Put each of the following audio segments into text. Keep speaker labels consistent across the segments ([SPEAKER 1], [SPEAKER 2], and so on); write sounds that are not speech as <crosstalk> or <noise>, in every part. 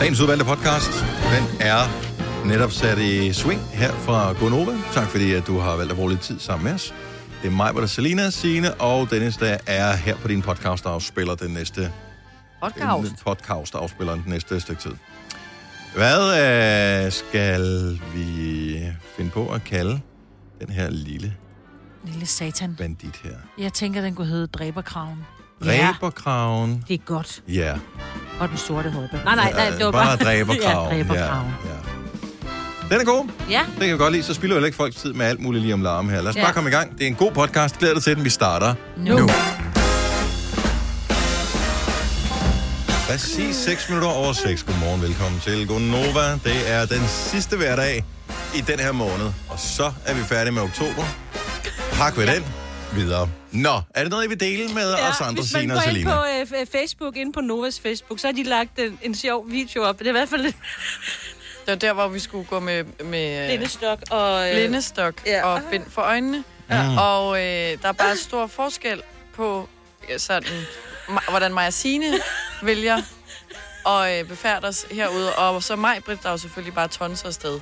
[SPEAKER 1] Dagens udvalgte podcast, den er netop sat i swing her fra Gonova. Tak fordi, at du har valgt at bruge lidt tid sammen med os. Det er mig, hvor der Selina, Signe og Dennis, der er her på din podcast afspiller den næste
[SPEAKER 2] Podcast.
[SPEAKER 1] en podcast afspiller den næste stykke tid. Hvad øh, skal vi finde på at kalde den her lille
[SPEAKER 3] Lille satan.
[SPEAKER 1] bandit her?
[SPEAKER 3] Jeg tænker, den kunne hedde Dræberkraven.
[SPEAKER 1] Dræberkraven.
[SPEAKER 3] Det er godt.
[SPEAKER 1] Ja.
[SPEAKER 3] Og den sorte hoppe.
[SPEAKER 2] Nej, nej, nej, det var bare...
[SPEAKER 1] Bare dræberkraven.
[SPEAKER 3] <laughs> Ja, dræberkraven.
[SPEAKER 1] Ja, ja. Den er god.
[SPEAKER 3] Ja.
[SPEAKER 1] Det kan jeg godt lide. Så spilder jeg heller ikke folks tid med alt muligt lige om larme her. Lad os ja.
[SPEAKER 3] Ja.
[SPEAKER 1] bare komme i gang. Det er en god podcast. Glæder dig til den. Vi starter nu.
[SPEAKER 3] Nu.
[SPEAKER 1] nu. Præcis 6 minutter over 6. Godmorgen. Velkommen til Gonova. Det er den sidste hverdag i den her måned. Og så er vi færdige med oktober. Pak ved ja. den. Videre. Nå, er det noget, I vil dele med ja, os andre,
[SPEAKER 2] hvis man
[SPEAKER 1] Sina
[SPEAKER 2] går
[SPEAKER 1] og
[SPEAKER 2] ind
[SPEAKER 1] Selina?
[SPEAKER 2] på øh, f- Facebook, ind på Novas Facebook, så har de lagt en, en sjov video op. Det er i hvert fald lidt
[SPEAKER 4] Det var der, hvor vi skulle gå med, med øh,
[SPEAKER 2] blindestok og... Øh,
[SPEAKER 4] blindestok
[SPEAKER 2] Ja.
[SPEAKER 4] ja. og bind for øjnene. Ja. Og øh, der er bare stor forskel på øh, sådan, ma- hvordan Maja Signe vælger og øh, befærdes herude. Og så mig, Britt, der er jo selvfølgelig bare tonser
[SPEAKER 2] <laughs>
[SPEAKER 4] afsted.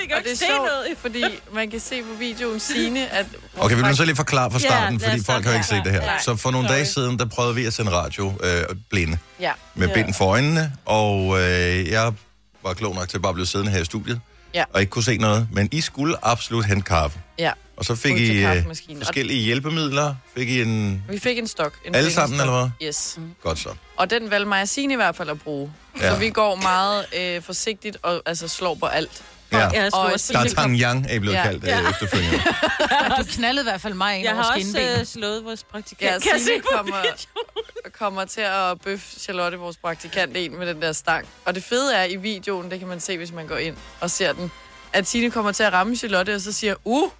[SPEAKER 2] vi kan
[SPEAKER 4] Og det er sjovt, fordi man kan se på videoen Signe, at...
[SPEAKER 1] <laughs> Okay, vi bliver så lige forklare fra
[SPEAKER 2] Ja,
[SPEAKER 1] starten,
[SPEAKER 2] lad
[SPEAKER 1] ja, fordi
[SPEAKER 2] os
[SPEAKER 1] folk har
[SPEAKER 2] starte
[SPEAKER 1] ikke set det her.
[SPEAKER 2] derfra. Nej,
[SPEAKER 1] Så for nogle
[SPEAKER 2] sorry.
[SPEAKER 1] dage siden, der prøvede vi at sende radio øh, blinde.
[SPEAKER 4] Ja.
[SPEAKER 1] med ja. bind for øjnene, og øh, jeg var klog nok til at bare blive siddende her i studiet,
[SPEAKER 4] Ja.
[SPEAKER 1] og ikke kunne se noget, men I skulle absolut hente kaffe.
[SPEAKER 4] Ja.
[SPEAKER 1] Og så fik
[SPEAKER 4] Ud til
[SPEAKER 1] I øh,
[SPEAKER 4] kaffemaskinen.
[SPEAKER 1] forskellige hjælpemidler, fik I en...
[SPEAKER 4] Vi fik en stok. En
[SPEAKER 1] Alle sammen,
[SPEAKER 4] blindestok.
[SPEAKER 1] eller
[SPEAKER 4] Yes.
[SPEAKER 1] Godt så.
[SPEAKER 4] Og den valgte Maja Signe i hvert fald at bruge.
[SPEAKER 1] Ja.
[SPEAKER 4] Ja. Så vi går meget øh, forsigtigt og altså, slår på alt.
[SPEAKER 1] Ja.
[SPEAKER 2] Ja,
[SPEAKER 4] Og
[SPEAKER 2] og
[SPEAKER 1] Der er
[SPEAKER 4] Signe kom-
[SPEAKER 1] Tang Yang, er I blevet ja.
[SPEAKER 4] Ja.
[SPEAKER 1] kaldt øh, ja. efterfølgende.
[SPEAKER 3] Du knaldede i hvert fald mig ind
[SPEAKER 2] jeg
[SPEAKER 3] over
[SPEAKER 2] har også
[SPEAKER 3] skinbenet.
[SPEAKER 2] øh, slået vores praktikant.
[SPEAKER 4] Ja, Signe kommer, <laughs> kommer til at bøffe Charlotte, vores praktikant, ind med den der stang. Og det fede er i videoen, det kan man se, hvis man går ind og ser den, at Signe kommer til at ramme Charlotte, og så siger, uh!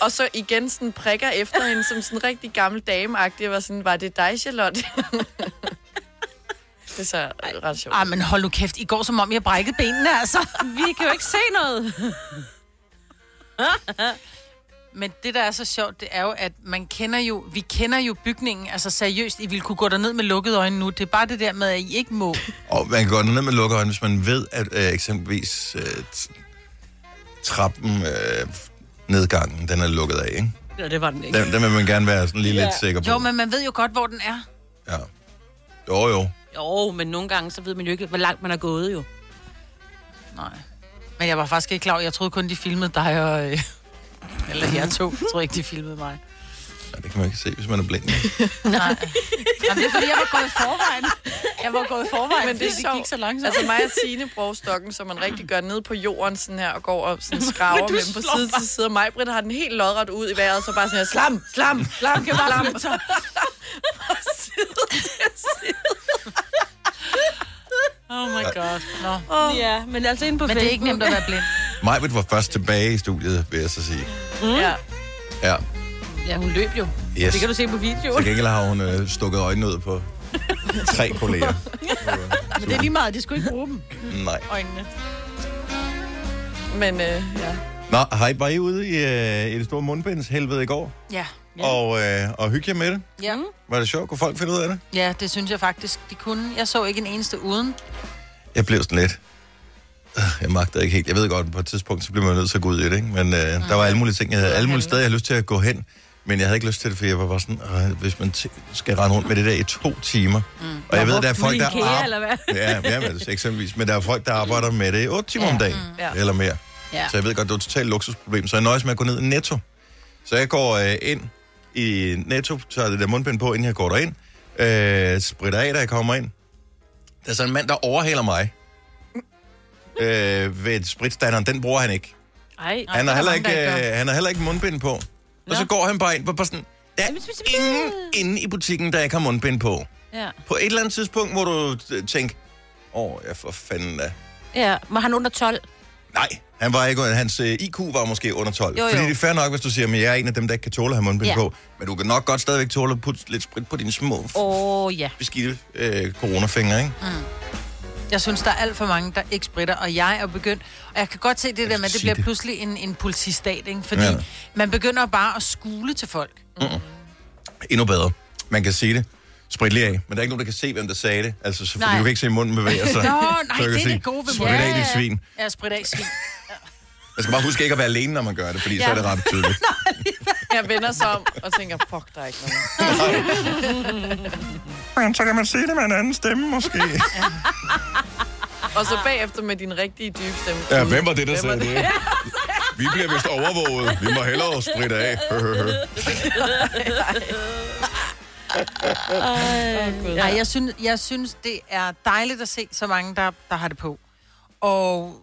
[SPEAKER 4] Og så igen sådan prikker efter hende som sådan en rigtig gammel dameagtig, og var sådan, var det dig, Charlotte? det er så ret sjovt.
[SPEAKER 3] Ah, men hold nu kæft. I går som om, jeg brækkede benene, altså.
[SPEAKER 2] Vi kan jo ikke se noget.
[SPEAKER 3] <laughs> Men det, der er så sjovt, det er jo, at man kender jo, vi kender jo bygningen. Altså seriøst, I ville kunne gå derned med lukkede øjne nu. Det er bare det der med, at I ikke må.
[SPEAKER 1] og man kan gå ned med lukke øjne, hvis man ved, at øh, eksempelvis øh, t- trappen, øh, nedgangen, den er lukket af, ikke?
[SPEAKER 2] Ja, det var den ikke.
[SPEAKER 1] Den, den vil man gerne være sådan lige ja. lidt
[SPEAKER 2] Ja.
[SPEAKER 1] sikker på.
[SPEAKER 3] Jo, men man ved jo godt, hvor den er.
[SPEAKER 1] Ja. Jo, jo.
[SPEAKER 2] Jo, men nogle gange, så ved man jo ikke, hvor langt man er gået jo.
[SPEAKER 3] Nej. Men jeg var faktisk ikke klar. over- Jeg troede kun, de filmede dig og... Øh, <laughs> eller jer to. Jeg tror ikke, de filmede mig.
[SPEAKER 1] Ja, det kan man ikke se, hvis man er blind.
[SPEAKER 3] Nej. Jamen, det er fordi, jeg var gået i forvejen. Jeg var gået i forvejen, men det, fordi det
[SPEAKER 4] sjovt.
[SPEAKER 3] gik så langsomt.
[SPEAKER 4] Altså mig og Signe bruger stokken, som man rigtig gør ned på jorden sådan her, og går og sådan skraver
[SPEAKER 3] du
[SPEAKER 4] med dem på
[SPEAKER 3] slår
[SPEAKER 4] side til side. Og mig, Britt, har den helt lodret ud i vejret, så bare sådan her, slam, slam, slam, kan
[SPEAKER 3] <laughs>
[SPEAKER 4] slam.
[SPEAKER 3] oh my god. Nå.
[SPEAKER 2] Oh. Ja, men altså inde på
[SPEAKER 3] Men det er ikke nemt at være blind.
[SPEAKER 1] Majbet var først tilbage i studiet, vil jeg så sige.
[SPEAKER 3] Mm.
[SPEAKER 4] Ja.
[SPEAKER 1] Ja.
[SPEAKER 2] Ja, hun løb jo.
[SPEAKER 1] Yes.
[SPEAKER 2] Det kan du se på
[SPEAKER 1] Til
[SPEAKER 2] videoen.
[SPEAKER 1] gengæld har hun øh, stukket øjnene ud på <laughs> tre kolleger.
[SPEAKER 3] Men det er lige meget, de skulle ikke bruge dem,
[SPEAKER 1] Nej.
[SPEAKER 3] øjnene.
[SPEAKER 4] Men øh, ja.
[SPEAKER 1] Nå, hej, var I ude i, øh, i det store mundbindshelvede i går?
[SPEAKER 3] Ja.
[SPEAKER 1] Ja. Og, øh, og hygge jer med det?
[SPEAKER 3] Ja.
[SPEAKER 2] Mm.
[SPEAKER 1] Var det sjovt? Kunne folk finde ud af det?
[SPEAKER 3] ja, det synes jeg faktisk, de kunne. Jeg så ikke en eneste uden.
[SPEAKER 1] Jeg blev sådan lidt... Øh, Jeg magtede ikke helt. Jeg ved godt, på et tidspunkt, så blev man nødt til at gå ud i det, ikke? Men øh, mm. der var alle mulige ting. Jeg havde alle mulige steder, jeg havde lyst til at gå hen. Men jeg havde ikke lyst til det, for jeg var bare sådan, øh, hvis man t- skal rende rundt med det der i to timer. Mm. Og jeg ved, der er folk, der...
[SPEAKER 2] Ikea,
[SPEAKER 1] ar-
[SPEAKER 2] eller hvad?
[SPEAKER 1] Ja, ja men, altså, eksempelvis. Men der er folk, der arbejder med det 8 timer ja. om dagen, mm. ja.
[SPEAKER 4] Ja.
[SPEAKER 1] eller mere. Ja.
[SPEAKER 3] Ja.
[SPEAKER 1] Så jeg ved godt, det er et totalt luksusproblem. Så jeg nøjes med at gå ned i Netto. Så jeg går øh, ind i Netto, tager det der mundbind på, inden jeg går derind. Øh, spritter af, da jeg kommer ind. Der er så en mand, der overhaler mig.
[SPEAKER 3] Mm.
[SPEAKER 1] Øh, ved spritstanderen, den bruger han
[SPEAKER 2] <laughs>
[SPEAKER 1] ikke.
[SPEAKER 2] Ej,
[SPEAKER 1] Han har,
[SPEAKER 3] der
[SPEAKER 1] heller
[SPEAKER 3] er
[SPEAKER 1] ikke,
[SPEAKER 3] mange, der ikke
[SPEAKER 1] øh, han har heller ikke mundbind på. Og så går han bare ind på bare sådan... Der er ingen inde i butikken, der ikke har mundbind på.
[SPEAKER 2] ja.
[SPEAKER 1] På et eller andet tidspunkt må du øh, tænke, åh, jeg for fanden da.
[SPEAKER 2] Ja, var han under 12?
[SPEAKER 1] Nej, han var ikke, hans øh, IQ var måske under 12. Jo,
[SPEAKER 2] Jo,
[SPEAKER 1] jo.
[SPEAKER 2] jo.
[SPEAKER 1] Fordi det er fair nok, hvis du siger, at jeg er en af dem, der ikke kan tåle at have mundbind ja.
[SPEAKER 2] Ja.
[SPEAKER 1] på. Men du kan nok godt stadigvæk tåle at putte lidt sprit på dine små oh.
[SPEAKER 2] Åh, oh, ja.
[SPEAKER 1] beskidte øh, coronafingre, ikke?
[SPEAKER 3] Mm. Jeg synes, der er alt for mange, der ikke spritter, og jeg er begyndt... Og jeg kan godt se det der med, at
[SPEAKER 1] sige
[SPEAKER 3] det bliver
[SPEAKER 1] det.
[SPEAKER 3] pludselig en, en politistat, ikke? Fordi
[SPEAKER 1] Ja.
[SPEAKER 3] ja. man begynder bare at skule til folk.
[SPEAKER 1] Endnu bedre. Man kan sige det. Sprit lige af. Men der er ikke nogen, der kan se, hvem der sagde det. Altså, så, fordi
[SPEAKER 3] Nej.
[SPEAKER 1] du kan ikke se munden bevæge sig.
[SPEAKER 3] Nå, nej,
[SPEAKER 1] Så du kan
[SPEAKER 3] det er
[SPEAKER 1] sige,
[SPEAKER 3] det gode ved
[SPEAKER 1] Sprit af, dit svin.
[SPEAKER 3] Ja, sprit af svin.
[SPEAKER 1] Man skal bare huske ikke at være alene, når man gør det, fordi ja. så er det ret tydeligt.
[SPEAKER 4] Jeg vender sig om og tænker, fuck, der er ikke nogen.
[SPEAKER 1] <laughs> Men så kan man se det med en anden stemme, <laughs> måske.
[SPEAKER 4] Og så bagefter med din rigtige dybe stemme.
[SPEAKER 1] Ja, hvem var det, der
[SPEAKER 4] Hvem
[SPEAKER 1] sagde det? Vi bliver vist overvåget. Vi må hellere spritte af.
[SPEAKER 3] Nej, jeg synes, jeg synes, det er dejligt at se så mange, der, der har det på. Og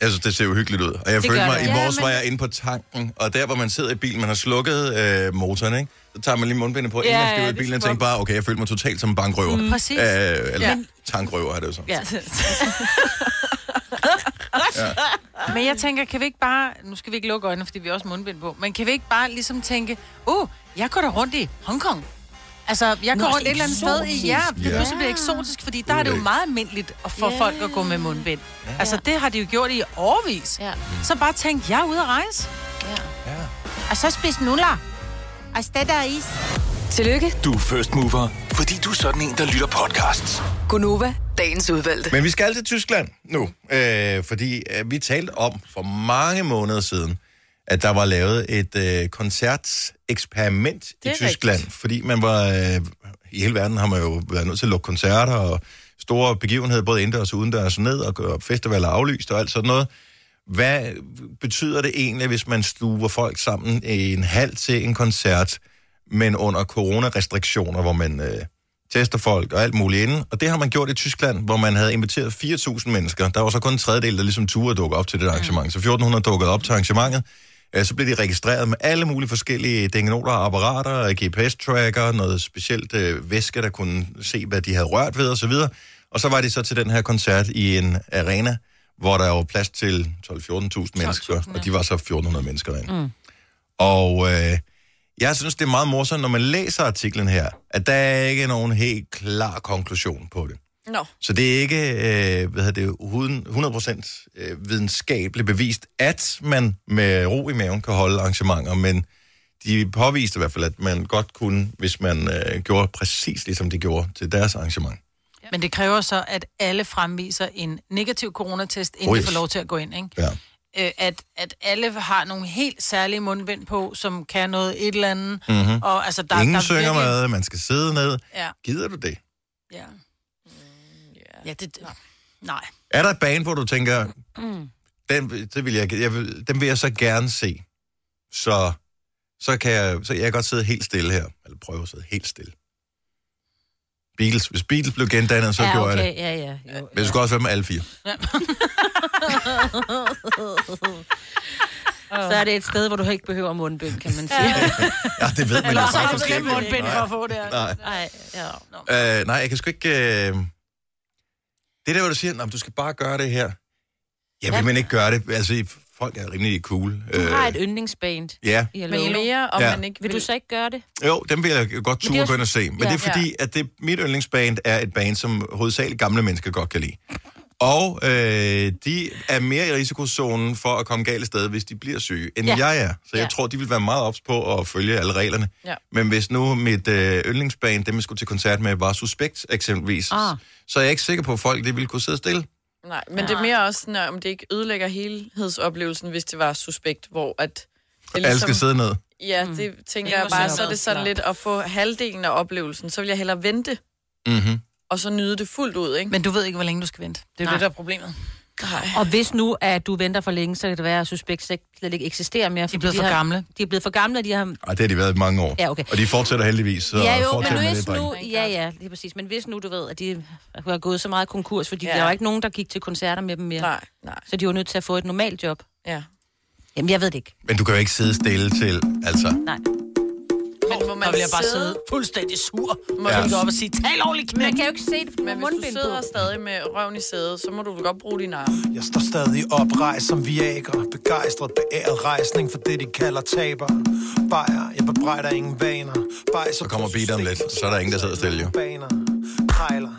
[SPEAKER 1] Jeg synes, det ser uhyggeligt ud. Og
[SPEAKER 3] Det
[SPEAKER 1] jeg følte
[SPEAKER 3] gør
[SPEAKER 1] mig,
[SPEAKER 3] det.
[SPEAKER 1] i
[SPEAKER 3] Ja,
[SPEAKER 1] morges
[SPEAKER 3] men-
[SPEAKER 1] var jeg inde på tanken, og der, hvor man sidder i bilen, man har slukket øh, motoren, ikke? Så tager man lige mundbindet på, inden
[SPEAKER 2] Ja,
[SPEAKER 1] man skal
[SPEAKER 2] ja,
[SPEAKER 1] ud af
[SPEAKER 2] det
[SPEAKER 1] bilen, og
[SPEAKER 2] skal
[SPEAKER 1] tænker bare, okay, jeg følte mig totalt som en bankrøver. Mm.
[SPEAKER 3] Præcis.
[SPEAKER 1] Øh, eller ja.
[SPEAKER 3] Ja.
[SPEAKER 1] tankrøver, er det jo så.
[SPEAKER 2] Ja.
[SPEAKER 3] Men jeg tænker, kan vi ikke bare... Nu skal vi ikke lukke øjnene, fordi vi har også mundbind på. Men kan vi ikke bare ligesom tænke, uh, jeg går da rundt i Hongkong. Altså, jeg går
[SPEAKER 2] Nå,
[SPEAKER 3] rundt et eller andet sted i... Ja, det
[SPEAKER 1] Ja.
[SPEAKER 3] yeah. pludselig bliver eksotisk, fordi der er det jo meget almindeligt at få
[SPEAKER 2] Ja.
[SPEAKER 3] yeah. folk at gå med mundbind. Altså, det har de jo gjort i årvis.
[SPEAKER 5] Ja.
[SPEAKER 3] Så bare tænk, jeg er ude at rejse.
[SPEAKER 1] Ja.
[SPEAKER 3] Og så spise nuller. Og det der is.
[SPEAKER 5] Tillykke,
[SPEAKER 6] Du er first mover, fordi du er sådan en, der lytter podcasts.
[SPEAKER 5] Gunova, dagens udvalgte.
[SPEAKER 1] Men vi skal til Tyskland nu, øh, fordi øh, vi talte om for mange måneder siden, at der var lavet et øh, koncerteksperiment i
[SPEAKER 4] er
[SPEAKER 1] Tyskland, rigtigt. fordi man var øh, i hele verden har man jo været nødt til at lukke koncerter og store begivenheder både indendørs og udendørs og ned og gøre festivaler aflyst og alt sådan noget. Hvad betyder det egentlig, hvis man stuver folk sammen i en halv til en koncert, men under coronarestriktioner, hvor man øh, tester folk og alt muligt inden. Og det har man gjort i Tyskland, hvor man havde inviteret 4.000 mennesker. Der var så kun en tredjedel, der ligesom turde dukke op til det arrangement. Så 1.400 dukkede op til arrangementet. Øh, Så blev de registreret med alle mulige forskellige dingenoter og apparater, GPS-tracker, noget specielt øh, væske, der kunne se, hvad de havde rørt ved osv. Og så var de så til den her koncert i en arena, hvor der var plads til 12-14.000 mennesker, og de var så 1.400 mennesker derinde. Mm. Og øh, jeg synes, det er meget morsomt, når man læser artiklen her, at der er ikke nogen helt klar konklusion på det.
[SPEAKER 4] Nå,
[SPEAKER 1] Så det er ikke øh, hvad hedder det, uden- 100% øh, videnskabeligt bevist, at man med ro i maven kan holde arrangementer, men de påviste i hvert fald, at man godt kunne, hvis man øh, gjorde præcis ligesom de gjorde til deres arrangement.
[SPEAKER 3] Men det kræver så, at alle fremviser en negativ coronatest, inden
[SPEAKER 1] Ui.
[SPEAKER 3] de får lov til at gå ind, ikke?
[SPEAKER 1] Ja.
[SPEAKER 3] øh, at, at alle har nogle helt særlige mundbind på, som kan noget et eller andet. Mm-hmm. Og, altså, der,
[SPEAKER 1] Der, Mhm. Ingen
[SPEAKER 3] der
[SPEAKER 1] der
[SPEAKER 3] er
[SPEAKER 1] synger
[SPEAKER 3] virkelig-
[SPEAKER 1] med, man skal sidde ned.
[SPEAKER 3] Ja,
[SPEAKER 1] Gider du det?
[SPEAKER 3] ja. ja det, nej. nej.
[SPEAKER 1] Er der et band, hvor du tænker, mm. den, det vil jeg, jeg vil, den vil jeg så gerne se, så, så, kan jeg, så jeg kan godt sidde helt stille her, eller prøve at sidde helt stille. Beatles. Hvis Beatles blev gendannet, så ja, gjorde okay. jeg det.
[SPEAKER 5] Ja, ja. Jo.
[SPEAKER 1] Men det skulle også være med alle fire.
[SPEAKER 2] <laughs> Så er det et sted, hvor du ikke behøver mundbind, kan man sige.
[SPEAKER 1] <laughs> Ja, det ved man jo
[SPEAKER 3] Eller så har
[SPEAKER 1] faktisk
[SPEAKER 3] du ikke
[SPEAKER 1] ikke.
[SPEAKER 3] mundbind for at få det.
[SPEAKER 1] Nej.
[SPEAKER 2] Nej, ja.
[SPEAKER 1] Nej. Øh, nej, jeg kan sgu ikke... Øh... Det der, hvor du siger, "Nå, men du skal bare gøre det her. Jeg vil men ikke gøre det. Altså, folk er rimelig cool.
[SPEAKER 2] Du har et yndlingsband
[SPEAKER 1] Ja.
[SPEAKER 2] i
[SPEAKER 4] men
[SPEAKER 2] Hallo.
[SPEAKER 4] mere, om
[SPEAKER 1] Øh. Ja.
[SPEAKER 4] ja. man ikke
[SPEAKER 2] Vil du så ikke gøre det?
[SPEAKER 1] Jo, dem vil jeg godt
[SPEAKER 2] det er
[SPEAKER 1] turde
[SPEAKER 2] også-
[SPEAKER 1] gå ind og se. Men
[SPEAKER 2] Ja.
[SPEAKER 1] det er fordi, at det, mit yndlingsband er et band, som hovedsageligt gamle mennesker godt kan lide. Og øh, de er mere i risikozonen for at komme galt af sted, hvis de bliver syge, end ja.
[SPEAKER 2] Ja.
[SPEAKER 1] jeg er. Så jeg
[SPEAKER 2] Ja.
[SPEAKER 1] tror, de vil være meget ops på at følge alle reglerne.
[SPEAKER 4] Ja.
[SPEAKER 1] Men hvis nu mit øh, yndlingsband, dem jeg skulle til koncert med, var suspekt eksempelvis, ah.
[SPEAKER 2] Ah.
[SPEAKER 1] så er jeg ikke sikker på, at folk de ville kunne sidde stille.
[SPEAKER 4] Nej, men det er mere også sådan, at om det ikke ødelægger helhedsoplevelsen, hvis det var suspekt, hvor at... Det ligesom-
[SPEAKER 1] Alle skal sidde ned.
[SPEAKER 4] Ja,
[SPEAKER 3] Mm.
[SPEAKER 4] det tænker
[SPEAKER 3] Ingen
[SPEAKER 4] jeg bare,
[SPEAKER 3] må
[SPEAKER 4] så er
[SPEAKER 3] sidde
[SPEAKER 4] det sådan
[SPEAKER 3] ned.
[SPEAKER 4] lidt at få halvdelen af oplevelsen. Så vil jeg hellere vente,
[SPEAKER 1] Mm-hmm.
[SPEAKER 4] og så nyde det fuldt ud, ikke?
[SPEAKER 3] Men du ved ikke, hvor længe du skal vente. Det er jo
[SPEAKER 2] Nej.
[SPEAKER 3] det, der er problemet.
[SPEAKER 4] Nej.
[SPEAKER 2] Og hvis nu, at du venter for længe, så kan det være, at suspekt slet ikke eksisterer mere.
[SPEAKER 3] De er
[SPEAKER 2] fordi
[SPEAKER 3] blevet for
[SPEAKER 2] har-
[SPEAKER 3] gamle.
[SPEAKER 2] De er blevet for gamle, og de har...
[SPEAKER 1] Ej, det har de været i mange år.
[SPEAKER 2] Ja, okay.
[SPEAKER 1] Og de fortsætter heldigvis. Så
[SPEAKER 2] ja, jo,
[SPEAKER 1] fortsæt
[SPEAKER 2] men
[SPEAKER 1] med
[SPEAKER 2] hvis
[SPEAKER 1] det, drenge.
[SPEAKER 2] nu... Ja, ja, lige præcis. Men hvis nu, du ved, at de har gået så meget konkurs, fordi
[SPEAKER 4] Ja.
[SPEAKER 2] ja. der var ikke nogen, der gik til koncerter med dem mere.
[SPEAKER 4] Nej, nej,
[SPEAKER 2] Så de var nødt til at få et normalt job.
[SPEAKER 4] ja.
[SPEAKER 2] Jamen, jeg ved det ikke.
[SPEAKER 1] Men du kan jo ikke sidde stille til, altså...
[SPEAKER 2] Nej.
[SPEAKER 4] Men må
[SPEAKER 3] Der
[SPEAKER 4] man
[SPEAKER 3] vil jeg bare
[SPEAKER 4] sidde-
[SPEAKER 3] sidde fuldstændig sur. Må
[SPEAKER 1] Ja.
[SPEAKER 3] ja. gå op og sige, tal ordentligt, knæk.
[SPEAKER 2] kan jo ikke se det, fordi
[SPEAKER 4] Men hvis du sidder stadig med røven i sædet, så må du vel godt bruge dine arme.
[SPEAKER 7] Jeg står stadig oprejst som viager Begejstret, beæret rejsning for det, de kalder taber Bajer, jeg bebrejder ingen vaner Bajer, så
[SPEAKER 1] kommer beat om lidt, så er der ingen, der sidder stille, jo.
[SPEAKER 7] Baner, pejler,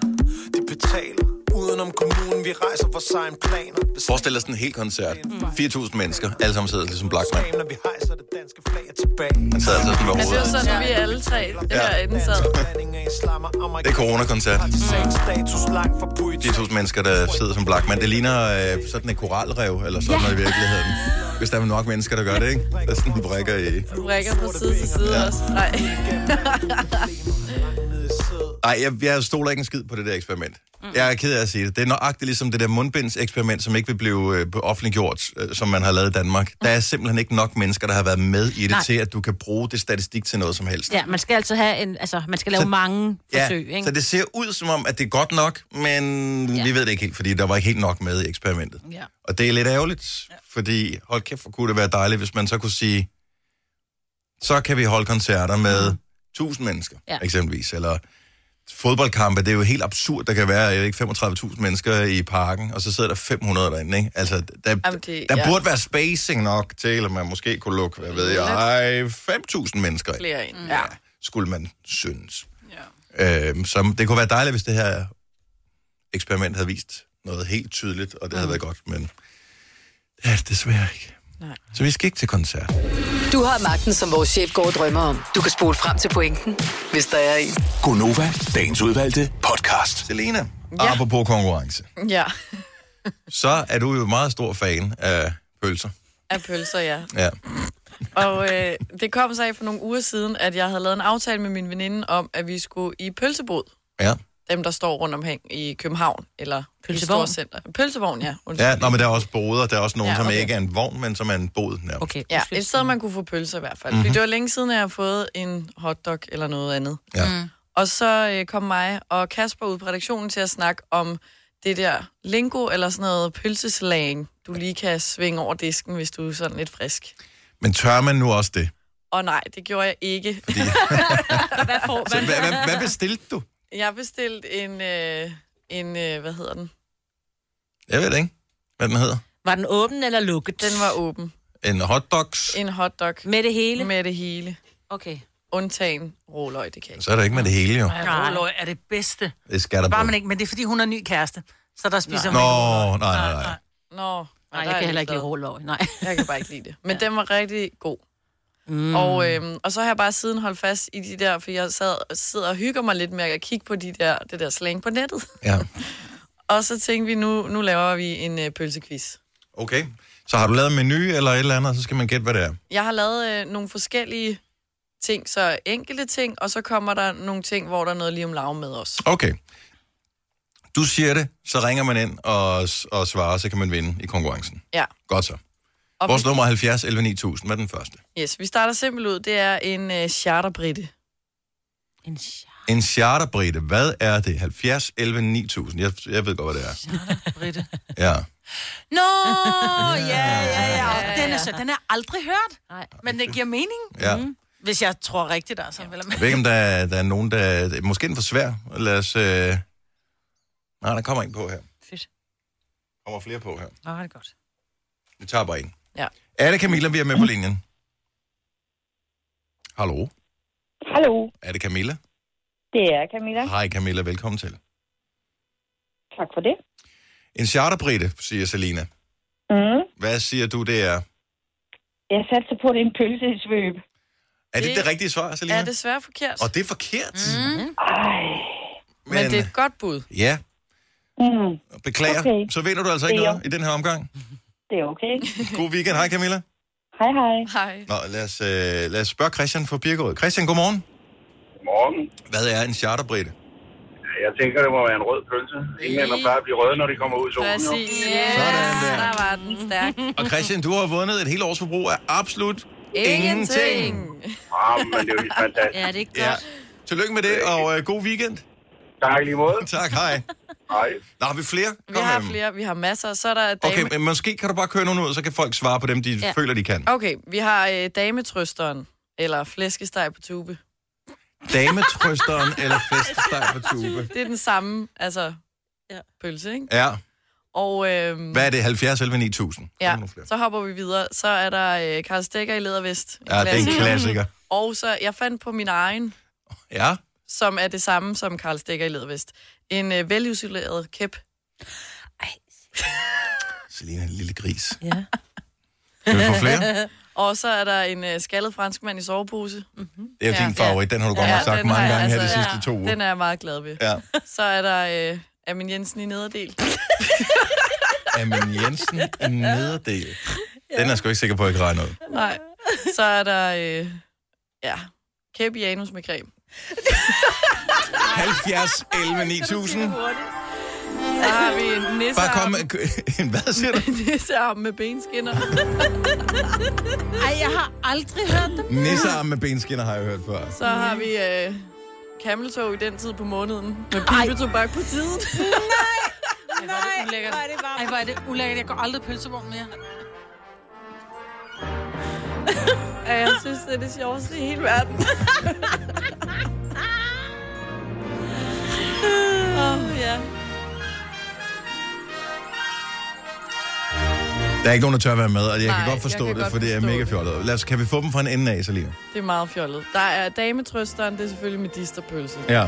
[SPEAKER 7] de betaler Uden uden om kommunen, vi rejser vores egen planer.
[SPEAKER 1] Forestil dig sådan en hel koncert. 4.000 mennesker, alle sammen sidder ligesom Blackman.
[SPEAKER 7] Når vi hejser det danske flag tilbage.
[SPEAKER 1] Han sad altså sådan med
[SPEAKER 4] Altså, det var
[SPEAKER 1] hovedet.
[SPEAKER 4] sådan, vi alle tre herinde sad.
[SPEAKER 1] Det er coronakoncert.
[SPEAKER 7] Status langt fra politi.
[SPEAKER 1] 4.000 mennesker, der sidder som Blackman. Det ligner øh, sådan et koralrev, eller sådan noget i virkeligheden. Hvis der er nok mennesker, der gør det, ikke? Der er sådan brækker i.
[SPEAKER 4] Rækker fra side til side også. Nej.
[SPEAKER 1] Nej, jeg, jeg stoler ikke en skid på det der eksperiment. Mm. Jeg er ked af at sige det. Det er nøjagtigt ligesom det der mundbindseksperiment, som ikke vil blive øh, offentliggjort, øh, som man har lavet i Danmark. Der er simpelthen ikke nok mennesker, der har været med i det Nej.
[SPEAKER 8] Nej.
[SPEAKER 1] til, at du kan bruge det statistik til noget som helst.
[SPEAKER 8] Ja, man skal altså have en, altså, man skal lave
[SPEAKER 1] Så-
[SPEAKER 8] så, mange forsøg, ikke?
[SPEAKER 1] så det ser ud som om, at det er godt nok, men ja.
[SPEAKER 8] Ja.
[SPEAKER 1] vi ved det ikke helt, fordi der var ikke helt nok med i eksperimentet.
[SPEAKER 3] Ja.
[SPEAKER 1] Og det er lidt ærgerligt, ja. fordi hold kæft, hvor kunne det være dejligt, hvis man så kunne sige, så kan vi holde koncerter med 1000 mennesker, Mm. ja.
[SPEAKER 8] Ja.
[SPEAKER 1] eksempelvis, eller fodboldkampe, det er jo helt absurd, der kan være jeg ved ikke 35.000 mennesker i parken, og så sidder der 500 derinde, ikke? Altså, der, Jamen,
[SPEAKER 4] <laughs> Jamen,
[SPEAKER 1] det,
[SPEAKER 4] det-
[SPEAKER 1] der
[SPEAKER 4] ja.
[SPEAKER 1] burde være spacing nok til, at man måske kunne lukke, hvad ved jeg, 5.000 mennesker ind
[SPEAKER 4] Flere ind. Ja.
[SPEAKER 1] skulle man synes. Ja. Øhm, så det kunne være dejligt, hvis det her eksperiment havde vist noget helt tydeligt, og det havde været godt, men ja, desværre ikke. Nej. Så vi skal ikke til koncert.
[SPEAKER 5] Du har magten, som vores chef går og drømmer om. Du kan spole frem til pointen, hvis der er en.
[SPEAKER 6] Gonova, dagens udvalgte podcast.
[SPEAKER 1] Selena, ja. apropos konkurrence,
[SPEAKER 4] Mm. Ja.
[SPEAKER 1] så er du jo meget stor fan af pølser.
[SPEAKER 4] Af pølser, ja.
[SPEAKER 1] Ja.
[SPEAKER 4] Og øh, det kom så af for nogle uger siden, at jeg havde lavet en aftale med min veninde om, at vi skulle i pølsebod.
[SPEAKER 1] Ja.
[SPEAKER 4] Dem, der står rundt omkring i København eller
[SPEAKER 8] Pølsevogn?
[SPEAKER 4] i Storcenter. Pølsevogn, ja. Undskyld.
[SPEAKER 1] ja, nå, men der er også boder, der er også nogen, ja,
[SPEAKER 4] Ja,
[SPEAKER 1] okay. som
[SPEAKER 4] okay.
[SPEAKER 1] ikke er en vogn, men som er en bod nærmest.
[SPEAKER 8] Okay,
[SPEAKER 4] Ja,
[SPEAKER 8] undskyld.
[SPEAKER 4] et sted, man kunne få pølser i hvert fald. Mm-hmm. Fordi det var længe siden, at jeg har fået en hotdog eller noget andet.
[SPEAKER 1] Ja. Mm.
[SPEAKER 4] Og så øh, kom mig og Kasper ud på redaktionen til at snakke om det der lingo eller sådan noget pølseslang, du lige kan svinge over disken, hvis du er sådan lidt frisk.
[SPEAKER 1] Men tør man nu også det?
[SPEAKER 4] Og nej, det gjorde jeg ikke. <laughs>
[SPEAKER 8] Hvad får
[SPEAKER 1] Så, Altså, hvad, hvad, hvad bestilte du?
[SPEAKER 4] Jeg bestilte en, øh, en øh, hvad hedder den?
[SPEAKER 1] Jeg ved det ikke, hvad den hedder.
[SPEAKER 8] Var den åben eller lukket?
[SPEAKER 4] Den var åben.
[SPEAKER 1] En hotdogs.
[SPEAKER 4] En hotdog
[SPEAKER 8] Med det hele?
[SPEAKER 4] med det hele.
[SPEAKER 8] Okay.
[SPEAKER 4] Undtagen råløg, det kan jeg ikke.
[SPEAKER 1] Så er der ikke med det hele, jo.
[SPEAKER 3] Ja, råløg er det bedste.
[SPEAKER 1] Det skal der
[SPEAKER 3] Bare man
[SPEAKER 1] på.
[SPEAKER 3] ikke, men det er fordi, hun er ny kæreste. Så der spiser hun ikke
[SPEAKER 1] Nå,
[SPEAKER 3] råløg.
[SPEAKER 1] nej, nej, nej.
[SPEAKER 4] Nå,
[SPEAKER 8] Nej, jeg kan heller ikke lide
[SPEAKER 4] råløg.
[SPEAKER 8] råløg, nej.
[SPEAKER 4] <laughs> Jeg kan bare ikke lide det. Men ja. den var rigtig god. Mm. Og, øhm, og så har jeg bare siden holdt fast i de der, for jeg sad, sidder og hygger mig lidt med at kigge på de der, det der slang på nettet. <laughs>
[SPEAKER 1] Ja.
[SPEAKER 4] Og så tænkte vi, nu, nu laver vi en øh, pølsequiz.
[SPEAKER 1] Okay. Så har du lavet en menu eller et eller andet, så skal man gætte, hvad det er.
[SPEAKER 4] Jeg har lavet øh, nogle forskellige ting, så enkelte ting, og så kommer der nogle ting, hvor der er noget lige om lav med os.
[SPEAKER 1] Okay. Du siger det, så ringer man ind og, og svarer, så kan man vinde i konkurrencen.
[SPEAKER 4] Ja.
[SPEAKER 1] Godt så.
[SPEAKER 4] Og
[SPEAKER 1] Vores nummer er 70 11 9000. Hvad er den første?
[SPEAKER 4] Yes, vi starter simpelthen ud. Det er en øh, charterbritte.
[SPEAKER 8] En char-
[SPEAKER 1] En charterbrite. Hvad er det? 70 11 9000. Jeg, jeg ved godt, hvad det er.
[SPEAKER 3] Britte.
[SPEAKER 1] Ja.
[SPEAKER 3] Nå, <laughs> ja, ja, ja. Den er, så, den er aldrig hørt,
[SPEAKER 8] Nej.
[SPEAKER 3] men det giver mening.
[SPEAKER 1] ja.
[SPEAKER 3] Hvis jeg tror rigtigt, altså. Ja.
[SPEAKER 1] Jeg ved ikke, om der er, der er nogen, der... Måske den for svær. Lad os... Øh... Nej, der kommer en på her.
[SPEAKER 8] Fedt.
[SPEAKER 1] kommer flere på her.
[SPEAKER 3] Nå, det er godt.
[SPEAKER 1] Vi tager bare en.
[SPEAKER 4] Ja.
[SPEAKER 1] Er det Camilla, vi er med på linjen? Hallo?
[SPEAKER 9] Hallo,
[SPEAKER 1] Er det Camilla?
[SPEAKER 9] det er Camilla.
[SPEAKER 1] Hej Camilla, velkommen til.
[SPEAKER 9] Tak for det.
[SPEAKER 1] En charterbrite, siger Selina.
[SPEAKER 9] Mm.
[SPEAKER 1] Hvad siger du, det er?
[SPEAKER 9] Jeg satte på, at det er en pølsesvøb.
[SPEAKER 1] Er det det,
[SPEAKER 4] Det
[SPEAKER 1] rigtige svar,
[SPEAKER 4] Ja.
[SPEAKER 1] Selina?
[SPEAKER 4] Er desværre forkert,
[SPEAKER 1] Og det er forkert. Mm.
[SPEAKER 9] Ej.
[SPEAKER 1] Men,
[SPEAKER 4] men, men det er et godt bud.
[SPEAKER 1] Ja,
[SPEAKER 9] Mm.
[SPEAKER 1] beklager. Okay.
[SPEAKER 9] Okay.
[SPEAKER 1] Så vinder du altså ikke
[SPEAKER 9] Det er
[SPEAKER 1] noget i den her omgang.
[SPEAKER 9] Det er okay.
[SPEAKER 1] <laughs> God weekend. Hej Camilla.
[SPEAKER 9] Hej, hej.
[SPEAKER 4] Hej.
[SPEAKER 1] Nå, lad os, øh, lad os spørge Christian fra Birkerød. Christian, godmorgen.
[SPEAKER 10] Morgen.
[SPEAKER 1] Hvad er en charterbrite?
[SPEAKER 10] Jeg tænker, det må være en rød pølse. Ingen af dem plejer at blive røde, når de kommer ud i solen. jo.
[SPEAKER 4] Præcis.
[SPEAKER 1] Sådan der.
[SPEAKER 4] der var den stærk.
[SPEAKER 1] Og Christian, du har vundet et helt års forbrug af absolut ingenting.
[SPEAKER 4] Ingenting.
[SPEAKER 10] Ah, men det er jo helt fantastisk.
[SPEAKER 8] Ja, det er ikke
[SPEAKER 1] Ja.
[SPEAKER 8] godt.
[SPEAKER 1] Tillykke med det, og øh, god weekend.
[SPEAKER 10] Tak i lige måde.
[SPEAKER 1] Tak, hej.
[SPEAKER 10] Hej.
[SPEAKER 1] Nå, har vi flere? Kom
[SPEAKER 4] Vi har
[SPEAKER 1] med dem.
[SPEAKER 4] flere, vi har masser. Så er der dame...
[SPEAKER 1] Okay, men måske kan du bare køre nogen ud, så kan folk svare på dem, de ja.
[SPEAKER 8] Ja.
[SPEAKER 1] føler, de
[SPEAKER 4] <laughs>
[SPEAKER 1] kan.
[SPEAKER 4] okay vi har øh, dametrøsteren, eller flæskesteg på tube.
[SPEAKER 1] Dametrøsteren eller feststeg på tube.
[SPEAKER 4] Det er den samme, altså,
[SPEAKER 8] Ja.
[SPEAKER 4] ja. pølse, ikke?
[SPEAKER 1] Ja,
[SPEAKER 4] Og øhm,
[SPEAKER 1] Mm. hvad er det? 70 11 9000?
[SPEAKER 4] ja,
[SPEAKER 1] Kom nu flere.
[SPEAKER 4] så hopper vi videre. Så er der øh, Karl Stikker i Ledervest.
[SPEAKER 1] Ja, det er en klassiker.
[SPEAKER 4] Og så, jeg fandt på min egen,
[SPEAKER 1] Ja,
[SPEAKER 4] som er det samme som Karl Stikker i Ledervest. En øh, velisoleret kæp.
[SPEAKER 1] Selina, en lille gris.
[SPEAKER 8] Ja.
[SPEAKER 1] Kan vi få flere?
[SPEAKER 4] <laughs> Og så er der en øh, skaldet fransk mand i sovepose. Mm-hmm.
[SPEAKER 1] Det er jo din favorit. Den har du godt nok sagt mange gange her de sidste to uger.
[SPEAKER 4] Altså, Den er jeg meget glad ved.
[SPEAKER 1] Ja.
[SPEAKER 4] <laughs> Så er der øh, Amin Jensen i nederdel.
[SPEAKER 1] Amin Jensen i nederdel. Den er jeg sgu ikke sikker på, at jeg kan regne ud. <laughs>
[SPEAKER 4] Nej. Så er der, øh, ja, kæbe Janus med creme.
[SPEAKER 1] 70, 11, 9000.
[SPEAKER 4] Så har vi en nisse
[SPEAKER 1] Bare kom med... <laughs> En hvad siger
[SPEAKER 4] <laughs>
[SPEAKER 1] du?
[SPEAKER 4] Nissearm med benskinner.
[SPEAKER 3] <laughs> Ej, jeg har aldrig hørt dem.
[SPEAKER 1] Nissearm med benskinner har jeg hørt før.
[SPEAKER 4] Så har vi øh, kameltog i den tid på måneden. Med pibetobak på
[SPEAKER 3] <laughs>
[SPEAKER 4] tiden.
[SPEAKER 3] Nej, ulækkert. Ej, hvor er det ulækkert. Jeg går aldrig i pølsevogn <laughs> mere.
[SPEAKER 4] Ja, jeg synes, det er det sjoveste i hele verden. Åh, ja.
[SPEAKER 1] Der er ikke nogen, der tør være med, og jeg
[SPEAKER 4] Nej,
[SPEAKER 1] kan godt forstå
[SPEAKER 4] jeg kan
[SPEAKER 1] det,
[SPEAKER 4] godt
[SPEAKER 1] for det er
[SPEAKER 4] forstå
[SPEAKER 1] mega
[SPEAKER 4] det.
[SPEAKER 1] fjollet. Lad os, kan vi få dem fra en ende af, Selina?
[SPEAKER 4] <laughs> Det er meget fjollet. Der er dametrøsteren, det er selvfølgelig med disterpølse.
[SPEAKER 1] Ja.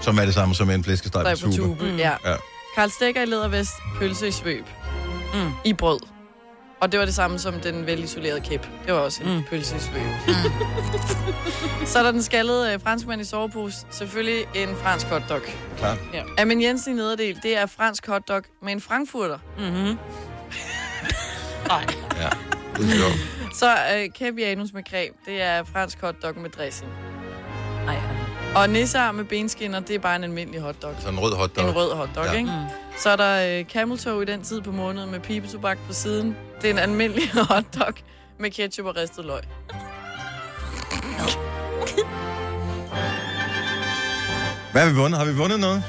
[SPEAKER 1] Som er det samme som en
[SPEAKER 4] Der
[SPEAKER 1] flæskesteg
[SPEAKER 4] er på tube. Mm. Ja.
[SPEAKER 1] ja.
[SPEAKER 4] Karl Stikker i lædervest, pølse i svøb. Mm. I brød. Og det var det samme som den velisolerede kæp. Det var også en mm. pølse i svøb. Mm. <laughs> Så er der den skaldede øh, franskmand i sovepose. Selvfølgelig en fransk hotdog.
[SPEAKER 1] Klart.
[SPEAKER 4] Ja. Amin Jensen i nederdel, det er fransk hotdog med en frankfurter.
[SPEAKER 2] Mhm.
[SPEAKER 4] Mm-hmm.
[SPEAKER 1] Ja. Det er sjovt.
[SPEAKER 4] Så øh, kæbianus med creme, det er fransk hotdog med dressing. Ej, og nissearm med benskinner, det er bare en almindelig hotdog.
[SPEAKER 1] Så en rød hotdog.
[SPEAKER 4] En rød hotdog,
[SPEAKER 1] Ja.
[SPEAKER 4] ja. ikke? Mm. Så er der øh, kameltog i den tid på måneden med pibetobak på siden. Det er en almindelig <laughs> hotdog med ketchup og ristet løg.
[SPEAKER 1] Hvad har vi vundet? Har vi vundet noget?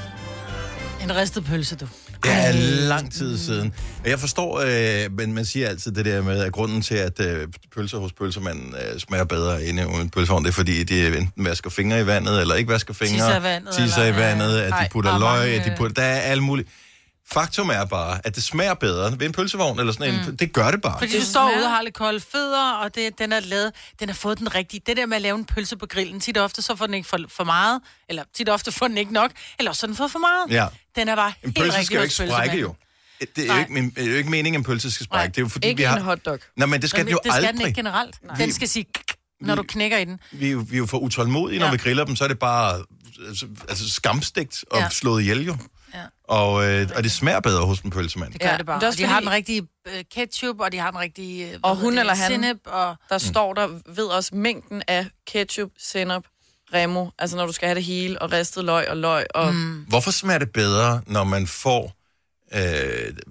[SPEAKER 3] En ristet pølse, du.
[SPEAKER 1] Det er lang tid siden. Og Jeg forstår, øh, men man siger altid det der med, at grunden til, at øh, pølser hos pølsemanden øh, smager bedre end uden pølseovn, det er fordi, de enten vasker fingre i vandet, eller ikke vasker fingre.
[SPEAKER 3] Tisser i vandet,
[SPEAKER 1] Tisser i
[SPEAKER 3] eller-
[SPEAKER 1] vandet, at de
[SPEAKER 3] Ej,
[SPEAKER 1] putter
[SPEAKER 3] der er
[SPEAKER 1] løg,
[SPEAKER 3] mange,
[SPEAKER 1] at de
[SPEAKER 3] øh,
[SPEAKER 1] putter... Der er alt muligt. Faktum er bare, at det smager bedre ved en pølsevogn eller sådan en. Det gør det bare.
[SPEAKER 3] Mm. Fordi du står ude og har lidt kolde fødder, og det, den er lavet, den har fået den rigtige. Det der med at lave en pølse på grillen, tit og ofte så får den ikke for, for meget, eller tit og ofte får den ikke nok, eller også så har den får for meget.
[SPEAKER 1] Ja.
[SPEAKER 3] Den er bare
[SPEAKER 1] En
[SPEAKER 3] helt
[SPEAKER 1] pølse
[SPEAKER 3] rigtig
[SPEAKER 1] skal jo
[SPEAKER 3] hos
[SPEAKER 1] ikke sprække,
[SPEAKER 3] pølsemanden.
[SPEAKER 1] jo. Det er jo, ikke, men, det er jo ikke meningen, at en pølse skal sprække. Det er jo fordi,
[SPEAKER 3] Ikke
[SPEAKER 1] vi
[SPEAKER 3] i
[SPEAKER 1] har...
[SPEAKER 3] en hotdog.
[SPEAKER 1] Nej, men det skal
[SPEAKER 3] Nå,
[SPEAKER 1] den jo
[SPEAKER 3] det skal
[SPEAKER 1] aldrig.
[SPEAKER 3] den ikke generelt. Nej. Den skal sige, kk, når du knækker i den.
[SPEAKER 1] vi, er jo- vi er jo for utålmodige, når
[SPEAKER 3] Ja.
[SPEAKER 1] vi griller dem, så er det bare altså, altså skamstegt og
[SPEAKER 3] Ja.
[SPEAKER 1] ja. slået ihjel jo.
[SPEAKER 3] Ja.
[SPEAKER 1] Og, øh, og det smager bedre hos en pølsemand.
[SPEAKER 3] Det gør ja, det bare.
[SPEAKER 4] men det
[SPEAKER 3] Det
[SPEAKER 4] er også
[SPEAKER 3] de har
[SPEAKER 4] fordi-
[SPEAKER 3] den rigtige øh, ketchup, og de har den rigtige øh, hvad
[SPEAKER 4] Og
[SPEAKER 3] hedder
[SPEAKER 4] hun
[SPEAKER 3] det,
[SPEAKER 4] eller han,
[SPEAKER 3] Sennep, og...
[SPEAKER 1] Mm.
[SPEAKER 4] der står der ved også mængden af ketchup, sennep, remo. Altså når du skal have det hele, og ristet løg og løg. Og... Mm.
[SPEAKER 1] Hvorfor smager det bedre, når man får øh,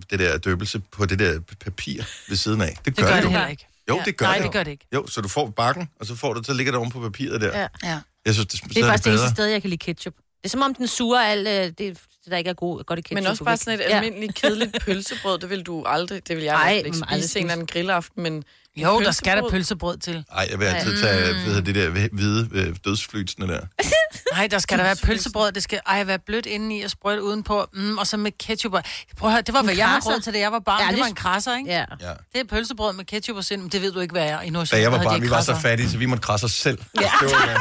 [SPEAKER 1] det der døbelse på det der p- papir ved siden af? Det
[SPEAKER 3] gør
[SPEAKER 1] jo.
[SPEAKER 3] det heller ikke.
[SPEAKER 1] Jo,
[SPEAKER 3] Ja.
[SPEAKER 1] det gør
[SPEAKER 3] Nej,
[SPEAKER 1] det.
[SPEAKER 3] det
[SPEAKER 1] jo.
[SPEAKER 3] gør det ikke.
[SPEAKER 1] Jo, så du får bakken, og så, får du, så ligger det oven på papiret der.
[SPEAKER 8] Ja. ja.
[SPEAKER 1] Jeg synes, det, så
[SPEAKER 8] Det er faktisk det eneste
[SPEAKER 1] bedre.
[SPEAKER 8] sted, jeg kan lide ketchup. Det er som om, den suger alt øh, det, det, der ikke er god, godt i ketchup.
[SPEAKER 4] Men også bare sådan et almindeligt kedeligt
[SPEAKER 3] <laughs>
[SPEAKER 4] pølsebrød, det vil du aldrig, det vil jeg
[SPEAKER 8] Ej,
[SPEAKER 4] Ej, ikke
[SPEAKER 8] men
[SPEAKER 4] spise
[SPEAKER 8] aldrig
[SPEAKER 4] til en eller anden grillaften, men
[SPEAKER 3] Jo, der skal der pølsebrød til.
[SPEAKER 1] Ej, jeg vil altid
[SPEAKER 3] Mm.
[SPEAKER 1] tage øh, hvad hedder det der hvide øh, dødsflytsende der.
[SPEAKER 3] <laughs> Nej, der skal der være pølsebrød, det skal ej, være blødt indeni og sprødt udenpå, mm, og så med ketchup. og- Prøv at høre, det var, hvad jeg har
[SPEAKER 8] krasser.
[SPEAKER 3] råd til, da jeg var barn.
[SPEAKER 8] Ja,
[SPEAKER 3] Ja, det
[SPEAKER 8] det-
[SPEAKER 3] var en krasser, ikke?
[SPEAKER 8] Ja.
[SPEAKER 1] Ja.
[SPEAKER 3] Det er pølsebrød med ketchup og sind, det ved du ikke, hvad jeg er i
[SPEAKER 1] Da
[SPEAKER 3] Nordsjælland.
[SPEAKER 1] jeg var
[SPEAKER 3] der havde
[SPEAKER 1] barn,
[SPEAKER 3] de
[SPEAKER 1] vi var så
[SPEAKER 3] krasser.
[SPEAKER 1] fattige, så vi måtte krasse os selv. Ja. Det var, øh,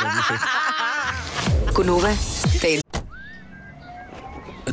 [SPEAKER 1] hvad vi fik.
[SPEAKER 5] Gunova, dagens
[SPEAKER 6] Er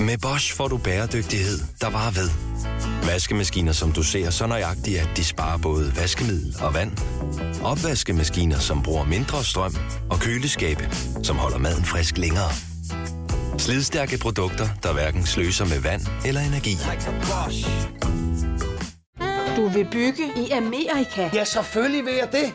[SPEAKER 11] Med Bosch får du bæredygtighed, der varer ved. Vaskemaskiner, som du ser så nøjagtigt, at de sparer både vaskemiddel og vand. Opvaskemaskiner, som bruger mindre strøm. Og køleskabe, som holder maden frisk længere. Slidstærke produkter, der hverken sløser med vand eller energi.
[SPEAKER 12] Du vil bygge i Amerika? Ja, selvfølgelig vil jeg det.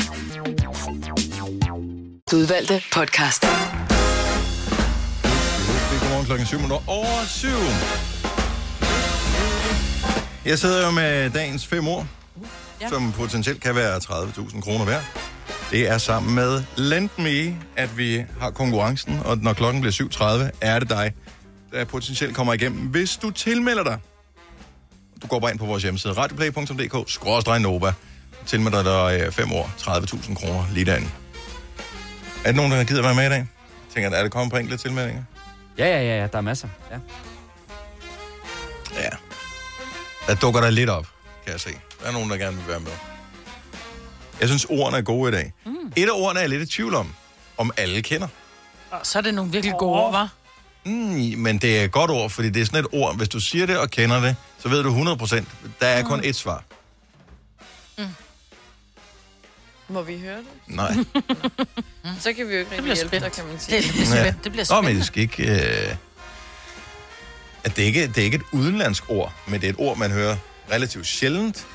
[SPEAKER 5] udvalgte podcast.
[SPEAKER 1] Godmorgen klokken 7 minutter over 7. Jeg sidder jo med dagens fem ord,
[SPEAKER 13] ja.
[SPEAKER 1] ja. som potentielt kan være 30.000 kroner værd. Det er sammen med LendMe, at vi har konkurrencen, og når klokken bliver 7.30, er det dig, der potentielt kommer igennem, hvis du tilmelder dig. Du går bare ind på vores hjemmeside, radioplay.dk-nova. Tilmelder dig øh, fem år, 30.000 kroner lige derinde. Er der nogen, der gider være med i dag? Jeg tænker, er det kommet på enkelte tilmeldinger?
[SPEAKER 14] Ja, ja, ja, ja, der er masser. Ja.
[SPEAKER 1] Ja. Der dukker der lidt op, kan jeg se. Der er nogen, der gerne vil være med. Jeg synes, ordene er gode i dag. Mm. Et af ordene er jeg lidt i tvivl om, om alle kender.
[SPEAKER 3] Og så er det nogle virkelig gode ord, hva'?
[SPEAKER 1] Mm, men det er et godt ord, fordi det er sådan et ord, hvis du siger det og kender det, så ved du 100%. Der er mm. kun ét svar.
[SPEAKER 4] Må vi høre det?
[SPEAKER 3] <laughs>
[SPEAKER 1] Nej.
[SPEAKER 3] Mm.
[SPEAKER 4] Så kan vi jo ikke rigtig hjælpe dig, kan man sige.
[SPEAKER 1] Ja. Nå, men det skal ikke... Øh... At det, ikke, det er ikke et udenlandsk ord, men det er et ord, man hører relativt sjældent.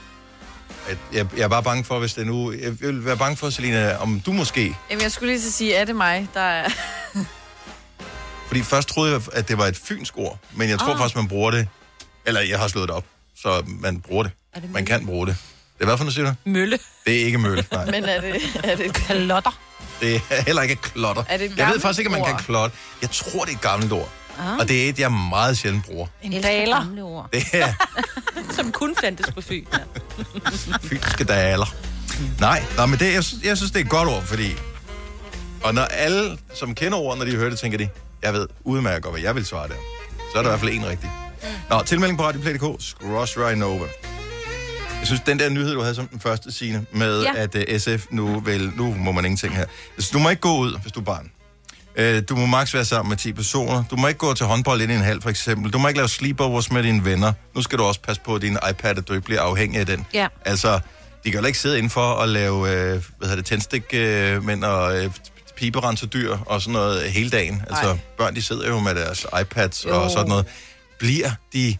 [SPEAKER 1] At jeg, jeg er bare bange for, hvis det nu... Jeg vil være bange for, Selina, om du måske...
[SPEAKER 4] Jamen, jeg skulle lige så sige, er det mig, der er...
[SPEAKER 1] Fordi først troede jeg, at det var et fynsk ord, men jeg tror
[SPEAKER 4] Ah.
[SPEAKER 1] oh. faktisk, man bruger det... Eller jeg har slået det op, så man bruger det. det man kan bruge det. Det er hvad for noget, siger du?
[SPEAKER 3] Mølle.
[SPEAKER 1] Det er ikke mølle, nej.
[SPEAKER 4] Men er det, er det
[SPEAKER 3] kalotter?
[SPEAKER 1] Det er heller ikke klotter.
[SPEAKER 4] Er det et
[SPEAKER 1] jeg ved
[SPEAKER 4] gammelt
[SPEAKER 1] faktisk ikke, om man kan
[SPEAKER 4] ord?
[SPEAKER 1] klotte. Jeg tror, det er et gammelt ord.
[SPEAKER 2] Ah.
[SPEAKER 1] Ah. Og det er et, jeg meget sjældent bruger.
[SPEAKER 2] En daler.
[SPEAKER 8] ord.
[SPEAKER 1] Det er
[SPEAKER 2] Som kun fandtes på Fyn. Ja.
[SPEAKER 1] fynske daler. Nej, nej, men det, jeg, synes, jeg synes, det er et godt ord, fordi... Og når alle, som kender ordet, når de hører det, tænker de, jeg ved udmærket godt, hvad jeg vil svare der. Så er der i hvert fald en rigtig. Nå, tilmelding på radioplay.dk, scross right over. Jeg synes, den der nyhed, du havde som den første, Signe, med
[SPEAKER 11] Ja.
[SPEAKER 1] ja. at uh, SF nu vil... Nu må man ingenting her. Altså, du må ikke gå ud, hvis du er barn. Øh, Du må maks være sammen med 10 personer. Du må ikke gå til håndbold ind i en halv, for eksempel. Du må ikke lave sleepovers med dine venner. Nu skal du også passe på din iPad, at du ikke bliver afhængig af den.
[SPEAKER 8] Ja.
[SPEAKER 1] Altså, de kan jo ikke sidde indenfor og lave, øh, hvad hedder det, tændstikmænd øh, mænd og øh, piberenser dyr og sådan noget hele dagen. Altså,
[SPEAKER 11] Ej.
[SPEAKER 1] børn, de sidder jo med deres iPads jo.
[SPEAKER 11] Jo.
[SPEAKER 1] og sådan noget. Bliver de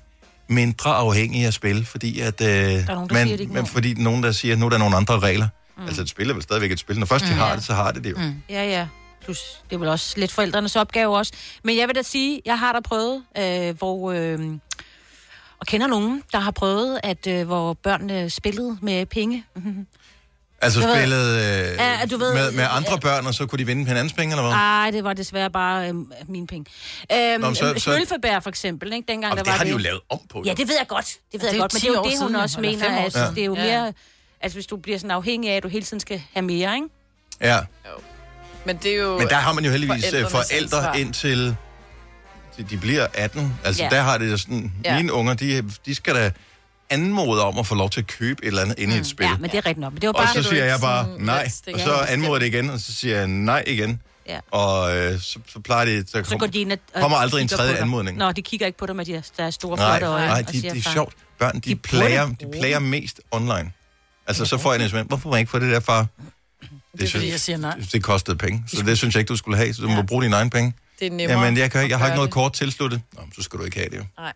[SPEAKER 1] mindre afhængige af spil, fordi at... Øh, der
[SPEAKER 11] nogen, der
[SPEAKER 1] man,
[SPEAKER 11] siger, de ikke må.
[SPEAKER 1] men fordi nogen, der siger, at nu er der nogle andre regler. Mm. Altså, et spil er vel stadigvæk et spil. Når først mm, de
[SPEAKER 8] Mm.
[SPEAKER 1] har
[SPEAKER 8] Ja.
[SPEAKER 1] det, så har det det jo. Mm.
[SPEAKER 8] Mm. Ja, ja. Plus, det er vel også lidt forældrenes opgave også. Men jeg vil da sige, jeg har da prøvet, øh, hvor... Øh, og kender nogen, der har prøvet, at øh, hvor børnene spillede med penge.
[SPEAKER 15] Mhm.
[SPEAKER 1] Altså
[SPEAKER 8] Du ved-
[SPEAKER 1] spillet øh,
[SPEAKER 8] Ja, du ved-
[SPEAKER 1] med, med andre
[SPEAKER 8] ja. Ah,
[SPEAKER 1] børn, og så kunne de vinde hinandens penge, eller hvad?
[SPEAKER 8] Nej, det var desværre bare øh, mine penge. Øhm,
[SPEAKER 1] Nå,
[SPEAKER 8] Nå,
[SPEAKER 1] men så-
[SPEAKER 8] så,
[SPEAKER 1] så-
[SPEAKER 8] for eksempel, ikke? Dengang,
[SPEAKER 1] Jamen,
[SPEAKER 8] der
[SPEAKER 1] det
[SPEAKER 8] var
[SPEAKER 1] har de jo lavet om på.
[SPEAKER 8] Ja, det ved jeg godt. Det ved
[SPEAKER 3] Det er
[SPEAKER 8] jeg
[SPEAKER 3] jo
[SPEAKER 8] godt, men
[SPEAKER 3] 10
[SPEAKER 8] det er jo
[SPEAKER 3] år
[SPEAKER 8] det, hun
[SPEAKER 3] siden,
[SPEAKER 8] også
[SPEAKER 3] eller fem
[SPEAKER 8] mener.
[SPEAKER 3] år
[SPEAKER 8] At,
[SPEAKER 1] siden.
[SPEAKER 8] Det er jo
[SPEAKER 3] Ja.
[SPEAKER 8] mere... Altså, hvis du bliver sådan afhængig af, at du hele tiden skal have mere, ikke?
[SPEAKER 1] Ja,
[SPEAKER 4] Men det er jo...
[SPEAKER 1] men der har man jo heldigvis øh,
[SPEAKER 4] forældrenes ansvar.
[SPEAKER 1] forældre indtil de- de bliver 18. Altså,
[SPEAKER 4] Ja.
[SPEAKER 1] der har det jo sådan...
[SPEAKER 8] Ja.
[SPEAKER 1] Mine unger, de, de skal da anmode om at få lov til at købe et eller andet inde i et spil.
[SPEAKER 8] Mm. Ja, men det er rigtigt nok. Men det var
[SPEAKER 1] og
[SPEAKER 8] bare...
[SPEAKER 1] så siger jeg bare nej, og så
[SPEAKER 8] Ja.
[SPEAKER 1] anmoder det igen, og så siger jeg nej igen.
[SPEAKER 8] Ja.
[SPEAKER 1] Og øh, så, så plejer det... Så,
[SPEAKER 8] Så går de ind og, og
[SPEAKER 1] kommer aldrig en
[SPEAKER 8] kigger
[SPEAKER 1] tredje
[SPEAKER 8] på dig.
[SPEAKER 1] anmodning.
[SPEAKER 8] Nå, de kigger ikke på dig med de her- deres store
[SPEAKER 1] Nej,
[SPEAKER 8] flotte øjne.
[SPEAKER 1] nej,
[SPEAKER 8] og
[SPEAKER 1] de,
[SPEAKER 8] siger,
[SPEAKER 1] det er
[SPEAKER 8] "Far."
[SPEAKER 1] sjovt. Børn, de, de plager, de plager mest online. Altså, så får jeg en sms, hvorfor må jeg ikke få det der, far? Det,
[SPEAKER 3] Det er fordi, jeg siger nej.
[SPEAKER 1] det kostede penge, så det synes jeg ikke, du skulle have, så du ja. må bruge dine egne penge.
[SPEAKER 4] Det er nemmere.
[SPEAKER 1] Jamen, jeg, kan,
[SPEAKER 4] at
[SPEAKER 1] ikke- jeg har
[SPEAKER 4] gøre
[SPEAKER 1] ikke noget
[SPEAKER 4] det.
[SPEAKER 1] kort tilsluttet. Nå, men så skal du ikke have det jo.
[SPEAKER 4] Nej,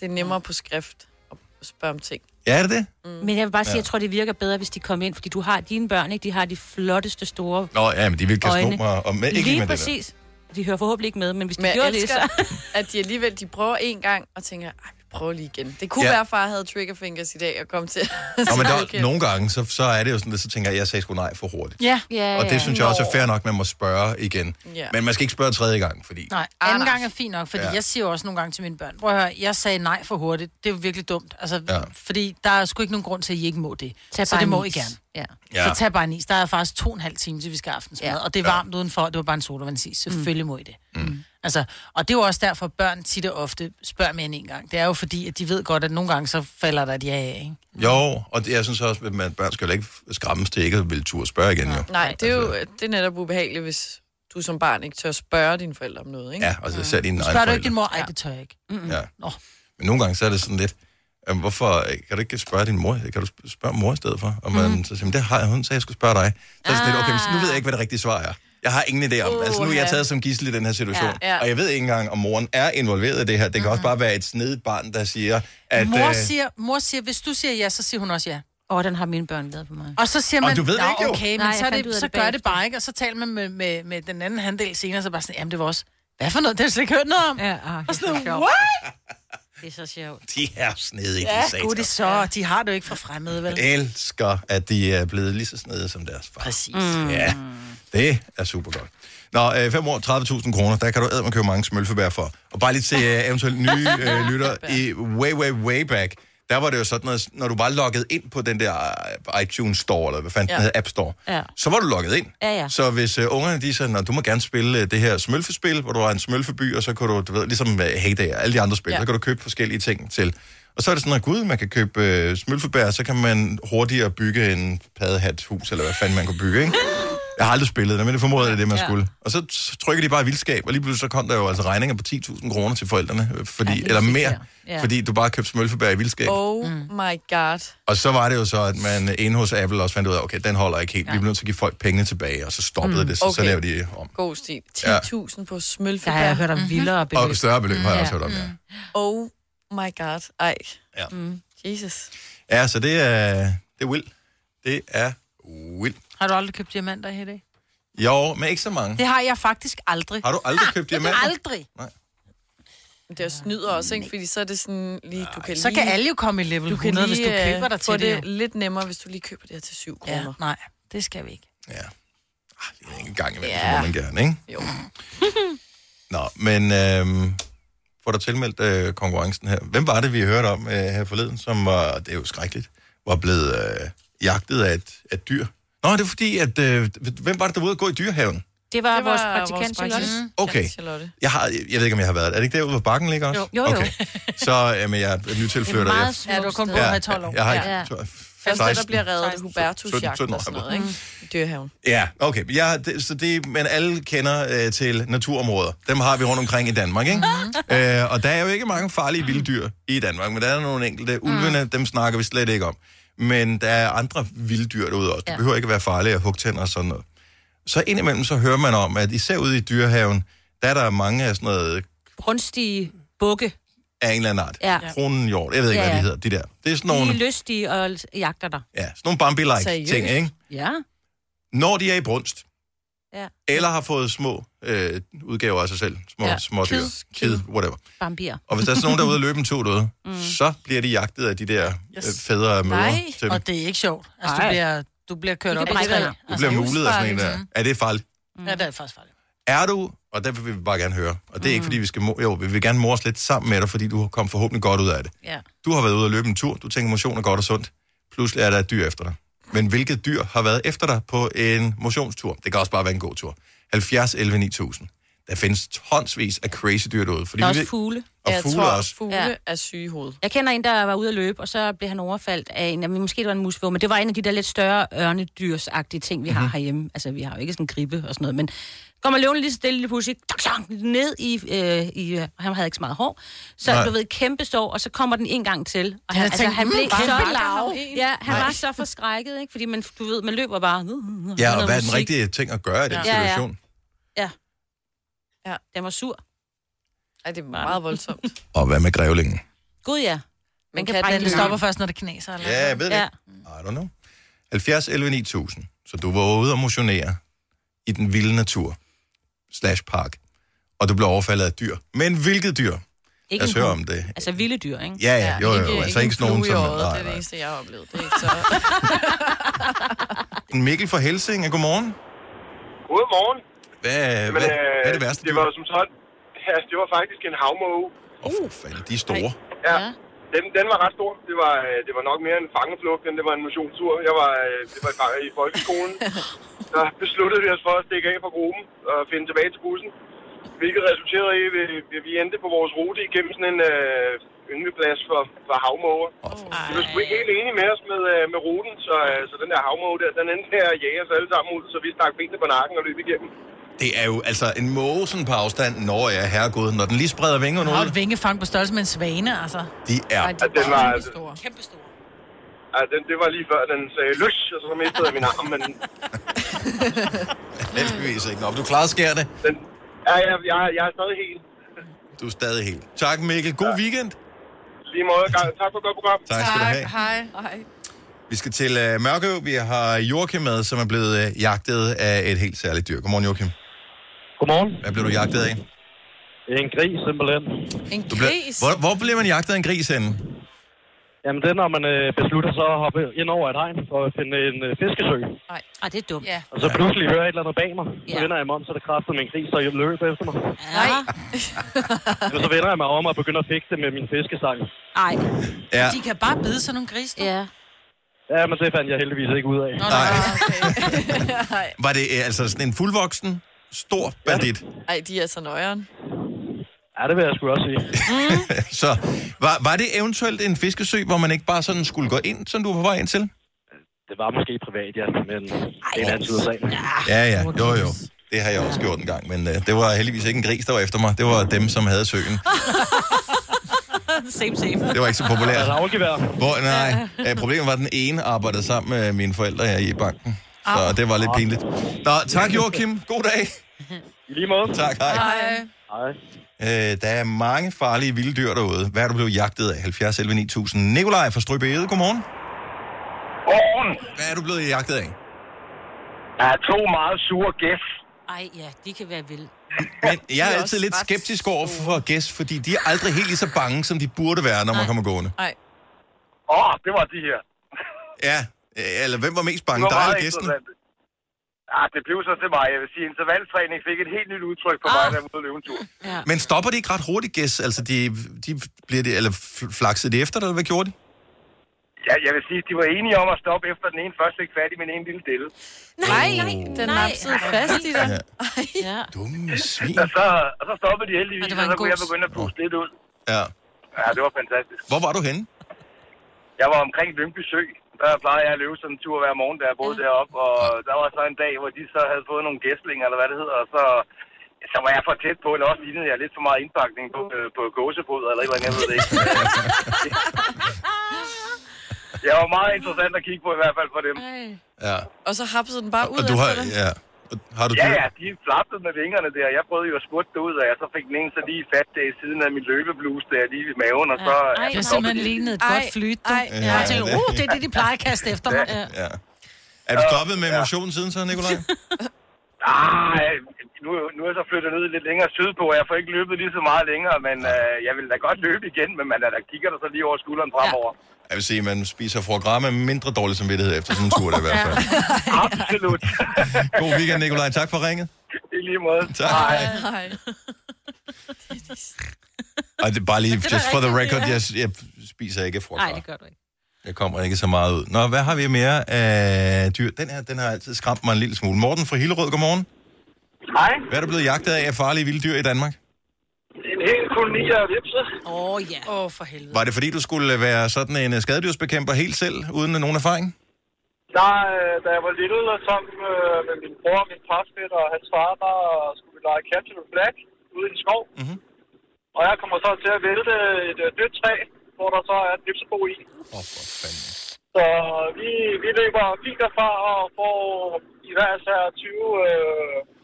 [SPEAKER 4] det er nemmere på skrift at spørge om ting.
[SPEAKER 1] Ja, er det det?
[SPEAKER 8] Mm. Men jeg vil bare sige,
[SPEAKER 1] Ja.
[SPEAKER 8] at jeg tror, det virker bedre, hvis de kommer ind, fordi du har dine børn, ikke? De har de flotteste store
[SPEAKER 1] Nå, ja, men de vil kaste
[SPEAKER 8] øjne.
[SPEAKER 1] nummer og med, ikke
[SPEAKER 8] Lige
[SPEAKER 1] med
[SPEAKER 8] præcis. Det de hører forhåbentlig ikke med, men hvis de
[SPEAKER 4] Men jeg
[SPEAKER 8] gjorde det,
[SPEAKER 4] elsker,
[SPEAKER 8] så...
[SPEAKER 4] at de alligevel de prøver en gang og tænker, "Ej, vi prøver lige igen. Det kunne ja.
[SPEAKER 1] Ja.
[SPEAKER 4] være, at far havde triggerfingers i dag og kom til at
[SPEAKER 1] det der. Nå, men
[SPEAKER 4] sige,
[SPEAKER 1] der,
[SPEAKER 4] "Okay."
[SPEAKER 1] nogle gange, så, så er det jo sådan, at så tænker jeg, at jeg sagde sgu nej for hurtigt.
[SPEAKER 3] Ja.
[SPEAKER 8] ja
[SPEAKER 1] Og det synes jeg også er fair nok, man må spørge igen.
[SPEAKER 3] Ja.
[SPEAKER 1] Men man skal ikke spørge tredje gang, fordi...
[SPEAKER 3] Nej, anden gang er fint nok, fordi
[SPEAKER 1] Ja.
[SPEAKER 3] ja. jeg siger jo også nogle gange til mine børn, prøv at høre, jeg sagde nej for hurtigt, det er jo virkelig dumt, altså,
[SPEAKER 1] Ja.
[SPEAKER 3] ja. fordi der er sgu ikke nogen grund til, at I ikke må det,
[SPEAKER 8] Tag
[SPEAKER 3] så
[SPEAKER 8] bare
[SPEAKER 3] det må
[SPEAKER 8] en
[SPEAKER 3] I
[SPEAKER 8] is.
[SPEAKER 3] gerne.
[SPEAKER 8] Ja.
[SPEAKER 1] Ja.
[SPEAKER 3] Så tag bare en is, der er faktisk to og en halv time, til vi skal have aftensmad,
[SPEAKER 8] Ja.
[SPEAKER 3] ja. og det er
[SPEAKER 8] Ja.
[SPEAKER 3] varmt udenfor, det var bare en sodavandsis, selvfølgelig må I det. Mm. Altså, og det er jo også derfor, at børn tit og ofte spørger mere end en gang, det er jo fordi, at de ved godt, at nogle gange så falder der et ja af, ikke?
[SPEAKER 1] Jo, og det, jeg synes også, at man, børn skal jo ikke skræmmes til ikke at ville turde spørge igen, jo.
[SPEAKER 4] Nej, det er jo
[SPEAKER 1] Altså-
[SPEAKER 4] det er netop ubehageligt, hvis du som barn ikke tør spørge dine forældre om noget, ikke?
[SPEAKER 1] Ja, og så selv dine egne
[SPEAKER 3] Mm. Spørger du
[SPEAKER 1] forældre.
[SPEAKER 3] ikke din mor? Ej, det tør jeg ikke. Mm-mm.
[SPEAKER 1] Ja.
[SPEAKER 3] Nå.
[SPEAKER 1] Men nogle gange så er det sådan lidt, øhm, hvorfor øh, kan du ikke spørge din mor? Kan du sp- spørge mor i stedet for? Og man mm. så siger, man, det har jeg, hun sagde, jeg skulle spørge dig. Så er det sådan lidt, okay, men så nu ved jeg ikke, hvad det rigtige svar er. Jeg har ingen idé om. Uh, altså nu er jeg
[SPEAKER 11] Uha.
[SPEAKER 1] taget som gissel i den her situation.
[SPEAKER 11] Ja,
[SPEAKER 1] Ja,
[SPEAKER 11] ja.
[SPEAKER 1] ja. Og jeg ved ikke engang, om moren er involveret i det her. Det kan mm. også bare være et snedigt barn, der siger, at...
[SPEAKER 3] Mor
[SPEAKER 1] øh,
[SPEAKER 3] siger, mor siger, hvis du siger ja, så siger hun også ja.
[SPEAKER 8] Åh, den har mine børn lavet på mig.
[SPEAKER 3] Og så siger
[SPEAKER 8] Og
[SPEAKER 3] man,
[SPEAKER 8] du ved det
[SPEAKER 3] "Nå,
[SPEAKER 8] ikke jo."
[SPEAKER 3] okay, men
[SPEAKER 8] Nej,
[SPEAKER 3] Nej, så,
[SPEAKER 8] jeg
[SPEAKER 3] er
[SPEAKER 8] fandt ud af
[SPEAKER 3] det, så
[SPEAKER 8] det
[SPEAKER 3] gør det
[SPEAKER 8] bagefter.
[SPEAKER 3] bare ikke, og så taler man med, med, med den anden handel senere, så bare sådan, jamen det var også Hvad for noget? Det har jeg slet ikke hørt noget om.
[SPEAKER 8] Ja, ah,
[SPEAKER 3] og sådan, noget, what?
[SPEAKER 8] Det er så sjovt.
[SPEAKER 1] De er snedige,
[SPEAKER 3] Ja,
[SPEAKER 1] de sataner.
[SPEAKER 3] gud, det så. De har det jo ikke fra fremmede, vel?
[SPEAKER 1] elsker, at de er blevet lige så snede som deres far.
[SPEAKER 3] Præcis.
[SPEAKER 1] Mm. Ja, det er super godt. Nå, øh, 5 år, 30.000 kroner, der kan du æde, man købe mange smølfebær for. Og bare lige til øh, eventuelt
[SPEAKER 3] <laughs>
[SPEAKER 1] nye øh, lytter, i way, way, way back, der var det jo sådan noget, når du bare loggede ind på den der øh, iTunes Store, eller hvad fanden ja.
[SPEAKER 8] Ja.
[SPEAKER 1] den hedder, App Store,
[SPEAKER 8] Ja.
[SPEAKER 1] så var du logget ind.
[SPEAKER 8] Ja, ja.
[SPEAKER 1] Så hvis øh, ungerne, de sagde, at du må gerne spille øh, det her smølfespil, hvor du har en smølfeby, og så kan du, du ved, ligesom øh, Heyday og alle de andre spil, ja.
[SPEAKER 13] Ja.
[SPEAKER 1] så kan du købe forskellige ting til. Og så er det sådan, at gud, man kan købe øh, smølfebær, så kan man hurtigere bygge en paddehathus, eller hvad fanden man kunne bygge, ikke? Jeg har aldrig spillet det, men det formoder jeg, det er det, man
[SPEAKER 13] Ja.
[SPEAKER 1] ja. skulle. Og så t- trykker de bare i vildskab, og lige pludselig så kom der jo altså regninger på 10.000 kroner til forældrene, øh, fordi, ja, eller mere,
[SPEAKER 4] Ja.
[SPEAKER 1] ja. fordi du bare købte smølfebær i vildskab.
[SPEAKER 4] Oh
[SPEAKER 3] Mm.
[SPEAKER 4] my god.
[SPEAKER 1] Og så var det jo så, at man inde hos Apple også fandt ud af, okay, den holder ikke helt. Vi bliver nødt til at give folk pengene tilbage, og så stoppede mm,
[SPEAKER 4] Mm,
[SPEAKER 1] det, så, okay. så
[SPEAKER 4] okay.
[SPEAKER 1] laver de om.
[SPEAKER 4] God stil.
[SPEAKER 1] Ja.
[SPEAKER 4] 10.000 ja. på smølfe.
[SPEAKER 3] Der har jeg hørt om vildere beløb. Mm.
[SPEAKER 1] Og større beløb har jeg også hørt om, ja.
[SPEAKER 4] Oh my god. Ej.
[SPEAKER 1] Ja.
[SPEAKER 4] Mm. Jesus.
[SPEAKER 1] Ja, så det er, det er will. Det er will.
[SPEAKER 3] Har du aldrig købt diamanter i dag?
[SPEAKER 1] Jo, men ikke så mange.
[SPEAKER 3] Det har jeg faktisk aldrig.
[SPEAKER 1] Har du aldrig købt diamanter?
[SPEAKER 3] Aldrig.
[SPEAKER 4] Det er snyder også, ikke? Fordi så er det sådan lige, du kan
[SPEAKER 3] Så
[SPEAKER 4] lige,
[SPEAKER 3] kan alle jo komme i level
[SPEAKER 4] du kan
[SPEAKER 3] 100, hvis du
[SPEAKER 4] øh,
[SPEAKER 3] køber dig
[SPEAKER 4] få
[SPEAKER 3] til det,
[SPEAKER 4] det. lidt nemmere, hvis du lige køber det her til 7 kroner.
[SPEAKER 3] Ja, nej, det skal vi ikke.
[SPEAKER 1] En gang imellem,
[SPEAKER 4] Ja.
[SPEAKER 1] så må man gerne, ikke?
[SPEAKER 4] Jo.
[SPEAKER 1] Nå, men øh, får dig tilmeldt øh, konkurrencen her. Hvem var det, vi hørte om øh, her forleden, som var, det er jo skrækkeligt, var blevet øh, jagtet af et, af et dyr? Nå, det er fordi, at øh, hvem var det, der var ude at gå i dyrehaven?
[SPEAKER 8] Det var,
[SPEAKER 4] Det
[SPEAKER 8] det
[SPEAKER 4] var
[SPEAKER 8] var
[SPEAKER 4] vores
[SPEAKER 8] vores praktikant
[SPEAKER 4] praktikant.
[SPEAKER 8] Charlotte.
[SPEAKER 1] Mm. Okay.
[SPEAKER 4] Charlotte.
[SPEAKER 1] Jeg, har, jeg ved ikke, om jeg har været der. Er det ikke derude, hvor bakken ligger også?
[SPEAKER 8] Jo. Jo, jo. <laughs>
[SPEAKER 1] Okay. Så øh, men jeg er nytilflytter.
[SPEAKER 8] Det er
[SPEAKER 1] Jeg,
[SPEAKER 8] meget
[SPEAKER 4] Ja, du har kun boet
[SPEAKER 1] Ja,
[SPEAKER 4] her i 12 år.
[SPEAKER 1] jeg har ikke-
[SPEAKER 4] Ja.
[SPEAKER 1] to-
[SPEAKER 4] Først da der
[SPEAKER 1] 16.
[SPEAKER 4] bliver reddet, det er Hubertus
[SPEAKER 1] 17,
[SPEAKER 4] jagt
[SPEAKER 1] 17 år.
[SPEAKER 4] og sådan noget, ikke? <laughs> Dyrehaven.
[SPEAKER 1] ja, okay. Jeg, det, så det, men alle kender øh, til naturområder. Dem har vi rundt omkring i Danmark, ikke?
[SPEAKER 4] Mhm.
[SPEAKER 1] øh, og der er jo ikke mange farlige vilde dyr i Danmark, men der er nogle
[SPEAKER 4] Mhm.
[SPEAKER 1] enkelte. Ulvene, dem snakker vi slet ikke om. Men der er andre vilde dyr derude også. Det
[SPEAKER 13] Ja.
[SPEAKER 1] behøver ikke at være farlige og hugtænder og sådan noget. Så indimellem så hører man om, at især ude i dyrehaven, der er der mange af sådan noget
[SPEAKER 8] Brunstige bukke.
[SPEAKER 1] af en eller anden art.
[SPEAKER 8] Ja.
[SPEAKER 1] Kronenhjort, jeg ved ikke,
[SPEAKER 8] Ja,
[SPEAKER 1] hvad de
[SPEAKER 8] ja.
[SPEAKER 1] hedder, de der. Det er sådan
[SPEAKER 8] Nogle...
[SPEAKER 1] nogle,
[SPEAKER 8] De er lystige og l- jagter dig.
[SPEAKER 1] ja, sådan nogle Bambi-like ting, ikke?
[SPEAKER 8] Ja.
[SPEAKER 1] Når de er i brunst,
[SPEAKER 8] ja.
[SPEAKER 1] eller har fået små øh, udgaver af sig selv, små,
[SPEAKER 8] Ja.
[SPEAKER 1] ja. små dyr,
[SPEAKER 8] Kid.
[SPEAKER 1] kid, whatever.
[SPEAKER 8] Bambier.
[SPEAKER 1] Og hvis der er sådan nogen, der er ude og løbe en tur derude,
[SPEAKER 8] Mm.
[SPEAKER 1] mm. så bliver de jagtet af de der yes. øh, fædre og mødre
[SPEAKER 3] Nej,
[SPEAKER 1] til dem.
[SPEAKER 3] og det er ikke sjovt. Altså, du
[SPEAKER 1] Nej.
[SPEAKER 3] bliver, du bliver kørt
[SPEAKER 1] Det
[SPEAKER 3] op i
[SPEAKER 1] kan
[SPEAKER 3] træet.
[SPEAKER 1] bare- Du bliver mulet af sådan en der.
[SPEAKER 3] Mhm.
[SPEAKER 1] Er det farligt?
[SPEAKER 3] Ja, det er faktisk farligt.
[SPEAKER 1] Er du, og der vil vi bare gerne høre, og det er ikke fordi, vi skal, mo- jo, vi vil gerne mores lidt sammen med dig, fordi du kom forhåbentlig godt ud af det.
[SPEAKER 3] Ja.
[SPEAKER 1] Du har været ude og løbe en tur, du tænker, motion er godt og sundt. Pludselig er der et dyr efter dig. Men hvilket dyr har været efter dig på en motionstur? Det kan også bare være en god tur. 70, 11, 9000. Der findes tonsvis af crazy dyr derude. Fordi
[SPEAKER 8] Der
[SPEAKER 1] vi
[SPEAKER 8] er også
[SPEAKER 1] ved-
[SPEAKER 8] fugle.
[SPEAKER 1] Og
[SPEAKER 8] Ja, jeg
[SPEAKER 1] fugle
[SPEAKER 8] tror,
[SPEAKER 1] også.
[SPEAKER 4] Fugle
[SPEAKER 8] Ja.
[SPEAKER 4] ja. er syge i hovedet.
[SPEAKER 8] Jeg kender en, der var ude at løbe, og så blev han overfaldt af en, jamen, måske det var en musvåg, men det var en af de der lidt større ørnedyrsagtige ting, vi har
[SPEAKER 1] Mhm.
[SPEAKER 8] mm-hmm. herhjemme. Altså, vi har jo ikke sådan gribe og sådan noget, men kommer løven lige så stille, lige pludselig, tok, tok, ned i, øh, i øh, han havde ikke så meget hår, så
[SPEAKER 2] Nej.
[SPEAKER 8] Nej. du ved, kæmpe sår, og så kommer den en gang til. Og
[SPEAKER 2] Jeg
[SPEAKER 8] han,
[SPEAKER 2] havde
[SPEAKER 8] altså,
[SPEAKER 2] tænkt,
[SPEAKER 8] han
[SPEAKER 1] "Hm,
[SPEAKER 2] hmm,
[SPEAKER 8] blev
[SPEAKER 2] bare
[SPEAKER 8] så
[SPEAKER 2] bakker
[SPEAKER 8] lav.
[SPEAKER 2] ham en.
[SPEAKER 8] Ja, han
[SPEAKER 1] Nej.
[SPEAKER 8] var så forskrækket, ikke? fordi man, du ved, man løber bare. "Hm,
[SPEAKER 1] Ja, og hvad er den
[SPEAKER 8] Musik.
[SPEAKER 1] rigtige ting at gøre i den
[SPEAKER 8] Ja. Ja, ja.
[SPEAKER 1] situation?
[SPEAKER 8] Ja. ja. Den var sur.
[SPEAKER 4] Ej, det er meget voldsomt.
[SPEAKER 1] Og hvad med grævlingen?
[SPEAKER 8] <laughs> Gud ja.
[SPEAKER 3] Men
[SPEAKER 8] kan
[SPEAKER 3] kan
[SPEAKER 8] brække
[SPEAKER 3] den, det
[SPEAKER 8] nakken.
[SPEAKER 3] stopper først, når det knæser. Eller?
[SPEAKER 1] Ja, jeg ved det ikke. I don't know. 70, 11, 9000. Så du var ude og motionere i den vilde natur, slash park, og du blev overfaldet af et dyr. Men hvilket dyr?
[SPEAKER 8] Ikke
[SPEAKER 1] Lad
[SPEAKER 8] en
[SPEAKER 1] os høre
[SPEAKER 8] hund.
[SPEAKER 1] om det.
[SPEAKER 8] Altså vilde dyr, ikke?
[SPEAKER 1] Ja, ja, jo, jo, jo. Altså ikke sådan nogen, som...
[SPEAKER 4] Det
[SPEAKER 1] Nej,
[SPEAKER 4] er det
[SPEAKER 1] nej.
[SPEAKER 4] eneste, jeg har oplevet. Det er
[SPEAKER 8] <laughs>
[SPEAKER 4] ikke så...
[SPEAKER 1] Mikkel fra Helsing, godmorgen.
[SPEAKER 13] Godmorgen. øh,
[SPEAKER 1] Hvad, hvad, hvad er det værste
[SPEAKER 13] Det
[SPEAKER 1] dyr?
[SPEAKER 13] var jo som sådan, ja, det var faktisk en havmåge.
[SPEAKER 1] De er store.
[SPEAKER 13] Ja. Den, den var ret stor. Det var, øh, det var nok mere en fangeflugt, end det var en motionstur. Jeg var, øh, det var i fa- i folkeskolen. Så besluttede vi os for at stikke af fra gruppen og finde tilbage til bussen. Hvilket resulterede i, at vi, vi endte på vores rute igennem sådan en øh, yngleplads for, for havmåger. Oh, de var sgu ikke helt enige med os med, øh, med ruten, så, øh, så den der havmåge der, den endte her at jage os alle sammen ud, så vi stak benene på nakken og løb igennem.
[SPEAKER 1] Det er jo altså en måge sådan på afstand, når jeg er herregud, når den lige spreder vingerne
[SPEAKER 3] Og
[SPEAKER 1] ud.
[SPEAKER 3] et vingefang på størrelse med en svane, altså.
[SPEAKER 1] De er...
[SPEAKER 13] Ja, den var,
[SPEAKER 3] Kæmpe stor.
[SPEAKER 13] Ja, den, det var lige før, den sagde løs, og så mistede jeg min arm, men
[SPEAKER 1] <laughs> Heldigvis ikke. Nå, men du klarer skærne.
[SPEAKER 13] ja, ja, jeg, jeg er stadig helt.
[SPEAKER 1] Du er stadig helt. Tak, Mikkel. God weekend.
[SPEAKER 13] Lige måde, Gar- tak for et godt program.
[SPEAKER 1] Tak skal du have.
[SPEAKER 4] Hej. Hej.
[SPEAKER 1] Vi skal til øh, Mørkøv. Vi har Joachim med, som er blevet øh, jagtet af et helt særligt dyr. Godmorgen, Joachim.
[SPEAKER 16] Godmorgen.
[SPEAKER 1] Hvad blev du jagtet af?
[SPEAKER 16] En gris, simpelthen.
[SPEAKER 3] En
[SPEAKER 1] Du bliver, hvor, hvor bliver man jagtet af en gris henne?
[SPEAKER 16] Jamen, det er, når man øh, beslutter sig at hoppe ind over et hegn for at finde en øh, fiskesø.
[SPEAKER 3] Nej, ah, det er dumt. Ja.
[SPEAKER 16] Og så pludselig hører jeg et eller andet bag mig. Så vender jeg mig om, så er det kræftet med en gris, der løb efter mig.
[SPEAKER 3] Nej.
[SPEAKER 16] Men så vender jeg mig om og begynder at fikse det med min fiskestang.
[SPEAKER 3] Ej.
[SPEAKER 16] Ja.
[SPEAKER 3] Ja. De kan bare bide sådan nogle gris, du. Ja.
[SPEAKER 16] Ja, men det fandt jeg heldigvis ikke ud af.
[SPEAKER 1] Nej. Var det øh, altså sådan en fuldvoksen, stor bandit?
[SPEAKER 4] Ej, de er så nøjeren.
[SPEAKER 16] Ja, det vil jeg sgu også sige.
[SPEAKER 1] <laughs> Så var, var det eventuelt en fiskesø, hvor man ikke bare sådan skulle gå ind, som du var på vej ind til?
[SPEAKER 16] Det var måske privat, ja, men det er en anden side af sagen.
[SPEAKER 1] Ja, ja. Jo, jo. Det har jeg også gjort en gang, men øh, det var heldigvis ikke en gris, der var efter mig. Det var dem, som havde søen.
[SPEAKER 3] <laughs> same, same.
[SPEAKER 1] Det var ikke så populært.
[SPEAKER 16] Ravgevær.
[SPEAKER 1] Hvor, nej, øh, problemet var, at den ene arbejdede sammen med mine forældre her i banken. Så det var lidt
[SPEAKER 16] Ah.
[SPEAKER 1] pinligt. Nå, tak Joachim. God dag.
[SPEAKER 16] I lige måde.
[SPEAKER 1] Tak, hej.
[SPEAKER 16] Hej.
[SPEAKER 1] Øh, der er mange farlige vilde dyr derude. Hvad er du blevet jagtet af? 70 11 9000. Nikolaj fra Strøbe Ede, godmorgen.
[SPEAKER 10] Godmorgen.
[SPEAKER 1] Hvad er du blevet jagtet af?
[SPEAKER 10] Der er to meget sure gæs.
[SPEAKER 8] Ej, ja, de kan være vilde.
[SPEAKER 1] Men jeg
[SPEAKER 8] De
[SPEAKER 1] er
[SPEAKER 8] er
[SPEAKER 1] altid
[SPEAKER 8] også
[SPEAKER 1] lidt
[SPEAKER 8] ret
[SPEAKER 1] skeptisk over for gæs, fordi de er aldrig helt lige så bange, som de burde være, når man kommer gående.
[SPEAKER 4] Nej.
[SPEAKER 10] Åh, oh, det var de her.
[SPEAKER 1] Ja, øh, eller hvem var mest bange?
[SPEAKER 10] Det var
[SPEAKER 1] Dig
[SPEAKER 10] meget
[SPEAKER 1] eller gæsten?
[SPEAKER 10] interessant. Ja, det blev så til mig. Jeg vil sige, intervaltræning fik et helt nyt udtryk på
[SPEAKER 4] Ah.
[SPEAKER 10] mig, der var ude at løbe en tur.
[SPEAKER 1] Men stopper de ikke ret hurtigt gæs? Altså, de, de bliver det, eller fl- flaksede de efter dig, eller hvad gjorde de?
[SPEAKER 10] Ja, jeg vil sige, de var enige om at stoppe efter den ene først fik fat i min ene lille dille.
[SPEAKER 4] Nej, nej, den har siddet fast i dig.
[SPEAKER 1] Ja.
[SPEAKER 4] Ja.
[SPEAKER 1] Dumme svin.
[SPEAKER 10] Og så, og så stoppede de heldigvis, og,
[SPEAKER 4] var
[SPEAKER 10] og
[SPEAKER 4] en
[SPEAKER 10] så kunne
[SPEAKER 4] god
[SPEAKER 10] jeg begynde at puste lidt ud.
[SPEAKER 1] Ja.
[SPEAKER 10] Ja, det var fantastisk.
[SPEAKER 1] Hvor var du henne?
[SPEAKER 10] Jeg var omkring Lyngby Sø. Der plejede jeg at løbe sådan en tur hver morgen, da jeg boede ja. deroppe. Og der var så en dag, hvor de så havde fået nogle gæslinger, eller hvad det hedder. Og så, så var jeg for tæt på, eller også lignede jeg lidt for meget indpakning på, øh, på gåsefod, eller et eller andet, jeg ved det <laughs> ikke. jeg var meget interessant at kigge på, i hvert fald for dem.
[SPEAKER 1] Ja.
[SPEAKER 4] Og så hapsede den bare ud
[SPEAKER 1] Og du har,
[SPEAKER 4] efter dig.
[SPEAKER 1] ja. Og Har du
[SPEAKER 10] Ja,
[SPEAKER 1] dyr?
[SPEAKER 10] ja, de flappede med vingerne der. Jeg prøvede jo at squatte det ud, og jeg så fik den ene så lige fat der i siden af min løbebluse der, lige i maven, og så...
[SPEAKER 3] Ej, det er simpelthen lignet et
[SPEAKER 10] Ej,
[SPEAKER 3] godt flyt, du. Ej,
[SPEAKER 1] ej,
[SPEAKER 3] ja, jeg
[SPEAKER 1] ej.
[SPEAKER 3] tænker, uh, det er det, de plejer at kaste efter øh. mig. Ja.
[SPEAKER 1] ja. Er du
[SPEAKER 10] Øh,
[SPEAKER 1] stoppet med emotionen siden så, Nikolaj?
[SPEAKER 10] Ah, nu, nu er jeg så flyttet ned lidt længere sydpå, og jeg får ikke løbet lige så meget længere, men øh, jeg vil da godt løbe igen, men man er der kigger der så lige over skulderen fremover.
[SPEAKER 1] Jeg vil sige, at man spiser fra med mindre dårlig samvittighed efter sådan en tur, der i hvert fald.
[SPEAKER 10] <laughs> Absolut.
[SPEAKER 1] <laughs> God weekend, Nikolaj. Tak for ringet.
[SPEAKER 10] I lige måde.
[SPEAKER 1] Tak. Hej.
[SPEAKER 4] Hej.
[SPEAKER 1] Og det er bare lige,
[SPEAKER 4] Det er da
[SPEAKER 1] just for the
[SPEAKER 4] rigtigt,
[SPEAKER 1] record, jeg, jeg spiser ikke fra
[SPEAKER 8] Nej, det gør du ikke.
[SPEAKER 1] Jeg kommer ikke så meget ud. Nå, hvad har vi mere af dyr? Den her, den har altid skræmt mig en lille smule. Morten fra Hillerød, godmorgen.
[SPEAKER 10] Hej.
[SPEAKER 1] Hvad er du blevet jagtet af af farlige vilde dyr i Danmark?
[SPEAKER 10] En hel koloni af vipse.
[SPEAKER 3] Åh, oh, ja. Åh, oh, for helvede.
[SPEAKER 1] Var det fordi, du skulle være sådan en øh, skadedyrsbekæmper helt selv, uden nogen erfaring?
[SPEAKER 10] Der, øh, da jeg var lille, og sammen øh, med min bror, min præstfætter og hans far, der skulle vi lege Captain Black ude i en skov.
[SPEAKER 1] Mm-hmm.
[SPEAKER 10] Og jeg kommer så til at vælte et øh, dødt træ, hvor der så er et nipsebo i. Så vi, vi løber fint derfra og får i hver sær 20 øh,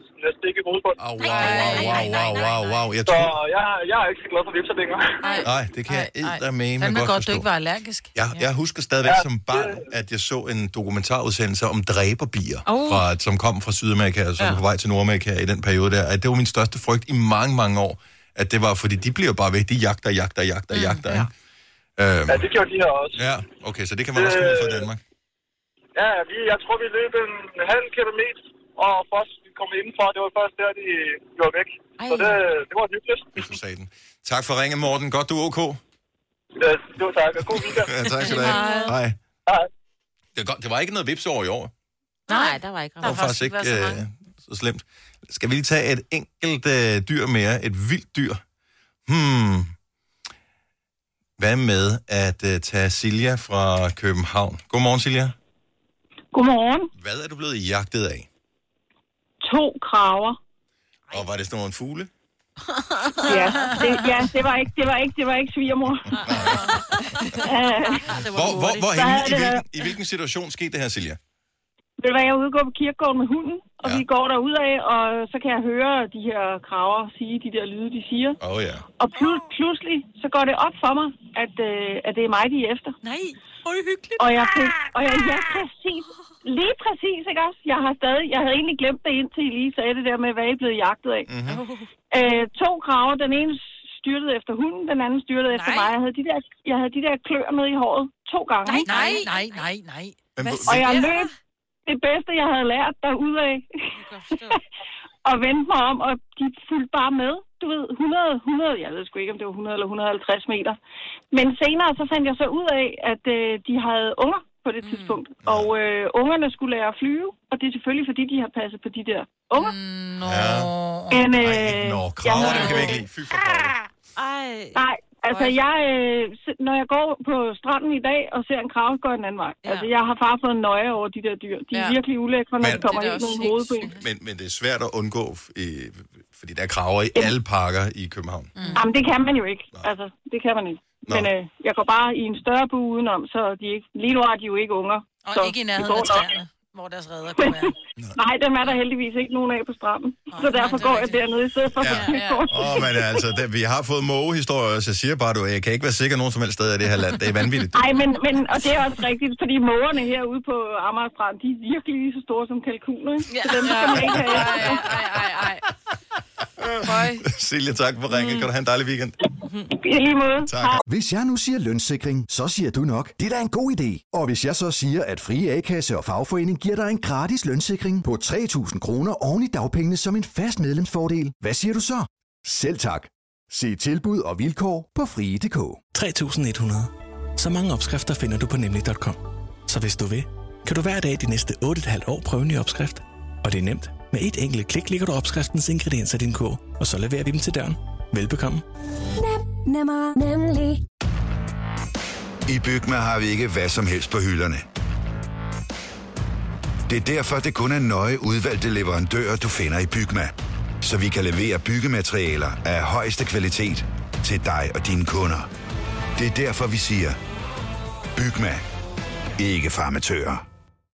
[SPEAKER 10] sådan et stik i hovedbunden.
[SPEAKER 1] Oh, wow, wow, wow, wow, wow, wow. Jeg
[SPEAKER 10] Så
[SPEAKER 1] tror...
[SPEAKER 10] jeg, jeg er ikke så glad for vipser længere.
[SPEAKER 1] Nej, det kan jeg eddermame
[SPEAKER 3] Fandme
[SPEAKER 1] godt,
[SPEAKER 3] godt,
[SPEAKER 1] godt
[SPEAKER 3] godt du
[SPEAKER 1] forstå.
[SPEAKER 3] ikke var allergisk.
[SPEAKER 1] Jeg, jeg husker stadigvæk som barn, at jeg så en dokumentarudsendelse om dræberbier,
[SPEAKER 3] Oh.
[SPEAKER 1] fra, som kom fra Sydamerika, og som ja. på vej til Nordamerika i den periode der. At det var min største frygt i mange, mange år, at det var, fordi de bliver bare væk. De jagter, jagter, jagter, mm, jagter. Ja. Ikke? Øhm,
[SPEAKER 10] Ja, det gjorde de her også.
[SPEAKER 1] ja, okay, så det kan man også komme ud fra i Danmark.
[SPEAKER 10] Ja, vi, jeg tror, vi løb en halv kilometer, og først vi kom indenfor, det var først der, de gjorde væk. Ej. Så det, det var hyggeligt.
[SPEAKER 1] for satan. Tak for ringen, Morten. Godt, du er ok.
[SPEAKER 10] Ja, det var tak, og god weekend.
[SPEAKER 1] <laughs> Ja, tak skal du
[SPEAKER 8] Øh,
[SPEAKER 1] have. Hej. Det, er godt. det var ikke noget vips over i år.
[SPEAKER 8] Nej, der var ikke
[SPEAKER 1] Det var faktisk ikke så, øh, så slemt. Skal vi lige tage et enkelt øh, dyr mere? Et vildt dyr? Hmm. Hvad med at øh, tage Silja fra København? Godmorgen, Silja.
[SPEAKER 9] Godmorgen.
[SPEAKER 1] Hvad er du blevet jagtet af?
[SPEAKER 9] To kraver.
[SPEAKER 1] Og var det sådan en fugle?
[SPEAKER 9] Ja, det, ja, det var ikke, det var ikke, det var ikke
[SPEAKER 4] <laughs>
[SPEAKER 9] svigermor. Øh,
[SPEAKER 4] Ah,
[SPEAKER 1] Hvor, hvor, hvor
[SPEAKER 9] Så
[SPEAKER 1] henne,
[SPEAKER 9] havde
[SPEAKER 1] i,
[SPEAKER 9] det
[SPEAKER 1] hvilken,
[SPEAKER 9] været-
[SPEAKER 1] I hvilken situation skete det her, Silja?
[SPEAKER 9] Ved du hvad, jeg var ude og gå på kirkegården med hunden, Og ja. vi går derud af, og så kan jeg høre de her kraver sige de der lyde, de siger.
[SPEAKER 1] Åh oh, ja.
[SPEAKER 9] Og plu- pludselig så går det op for mig, at, øh, at det er mig, de er efter.
[SPEAKER 2] Nej, hvor er det hyggeligt.
[SPEAKER 9] Og jeg fik, og jeg, ja, præcis. Lige præcis, ikke også? Jeg har stadig, jeg havde egentlig glemt det, indtil I lige sagde det der med, hvad I blev jagtet af.
[SPEAKER 17] Mhm.
[SPEAKER 9] Mm-hmm. Øh, to kraver, den ene styrtede efter hunden, den anden styrtede nej. efter mig. Jeg havde, de der, jeg havde de der klør med i håret to gange.
[SPEAKER 3] Nej, nej, nej, nej, nej. Hvad
[SPEAKER 9] Og jeg
[SPEAKER 3] sker der?
[SPEAKER 9] løb det bedste, jeg havde lært derudad. <laughs> og vendte mig om, og de fulgte bare med. Du ved, 100, 100, jeg ved sgu ikke, om det var 100 eller 150 meter. Men senere så fandt jeg så ud af, at øh, de havde unger på det mm. tidspunkt. Og øh, ungerne skulle lære at flyve, og det er selvfølgelig, fordi de har passet på de der unger.
[SPEAKER 3] Nå.
[SPEAKER 1] Ja.
[SPEAKER 9] Men, øh,
[SPEAKER 1] Nå,
[SPEAKER 9] jeg
[SPEAKER 1] kraver,
[SPEAKER 9] havde-
[SPEAKER 1] dem kan vi ikke lide. Fy for kraver.
[SPEAKER 2] Ej.
[SPEAKER 9] Nej, altså jeg, øh, s- når jeg går på stranden i dag og ser en krav, går jeg den anden vej. Ja. Altså jeg har bare fået nøje over de der dyr. De er ja. virkelig ulækre, når
[SPEAKER 1] Men-
[SPEAKER 9] de kommer
[SPEAKER 1] Det er da
[SPEAKER 9] ind
[SPEAKER 1] også
[SPEAKER 9] i hovedet på en.
[SPEAKER 1] Men, men det er svært at undgå, f- øh, fordi der er kraver i alle parker i København.
[SPEAKER 9] Mm. Jamen det kan man jo ikke. Altså det kan man ikke.
[SPEAKER 1] Nå.
[SPEAKER 9] Men øh, jeg går bare i en større bue udenom, så de ikke, lige nu er de jo ikke unger.
[SPEAKER 3] Og
[SPEAKER 9] så
[SPEAKER 3] ikke i
[SPEAKER 9] det
[SPEAKER 3] nærheden
[SPEAKER 9] går
[SPEAKER 3] af
[SPEAKER 9] nok.
[SPEAKER 3] træerne, hvor deres redder kunne være.
[SPEAKER 9] <laughs> Nej, dem er der heldigvis ikke nogen af på stranden. så derfor går jeg dernede i stedet for ja, <laughs> på ja.
[SPEAKER 1] Åh, oh, men altså, det, vi har fået mågehistorier, så jeg siger bare, du jeg kan ikke være sikker nogen som helst sted i det her land. Det er vanvittigt. <laughs>
[SPEAKER 9] Ej, men, men, og det er også rigtigt, fordi mågerne herude på Amager Strand, de er virkelig lige så store som kalkuner. ikke? Så dem skal man ikke have.
[SPEAKER 1] Silje, tak for ringen. Kan du have en dejlig weekend.
[SPEAKER 9] I lige måde.
[SPEAKER 1] Tak. Hej.
[SPEAKER 18] Hvis jeg nu siger lønssikring, så siger du nok, det er da en god idé. Og hvis jeg så siger, at Frie A-kasse og fagforening giver dig en gratis lønssikring på 3.000 kroner oven i dagpengene som en fast medlemsfordel, hvad siger du så? Selv tak. Se tilbud og vilkår på frie.dk.
[SPEAKER 19] 3100. Så mange opskrifter finder du på nemlig.com. Så hvis du vil, kan du hver dag de næste 8,5 år prøve en ny opskrift. Og det er nemt. Med et enkelt klik ligger du opskriftens ingredienser i din kog, og så leverer vi dem til døren. Velbekomme.
[SPEAKER 20] Nem, nemmer, nemlig.
[SPEAKER 21] I Bygma har vi ikke hvad som helst på hylderne. Det er derfor, det kun er nøje udvalgte leverandører, du finder i Bygma. Så vi kan levere byggematerialer af højeste kvalitet til dig og dine kunder. Det er derfor, vi siger, Bygma. Ikke farmatører.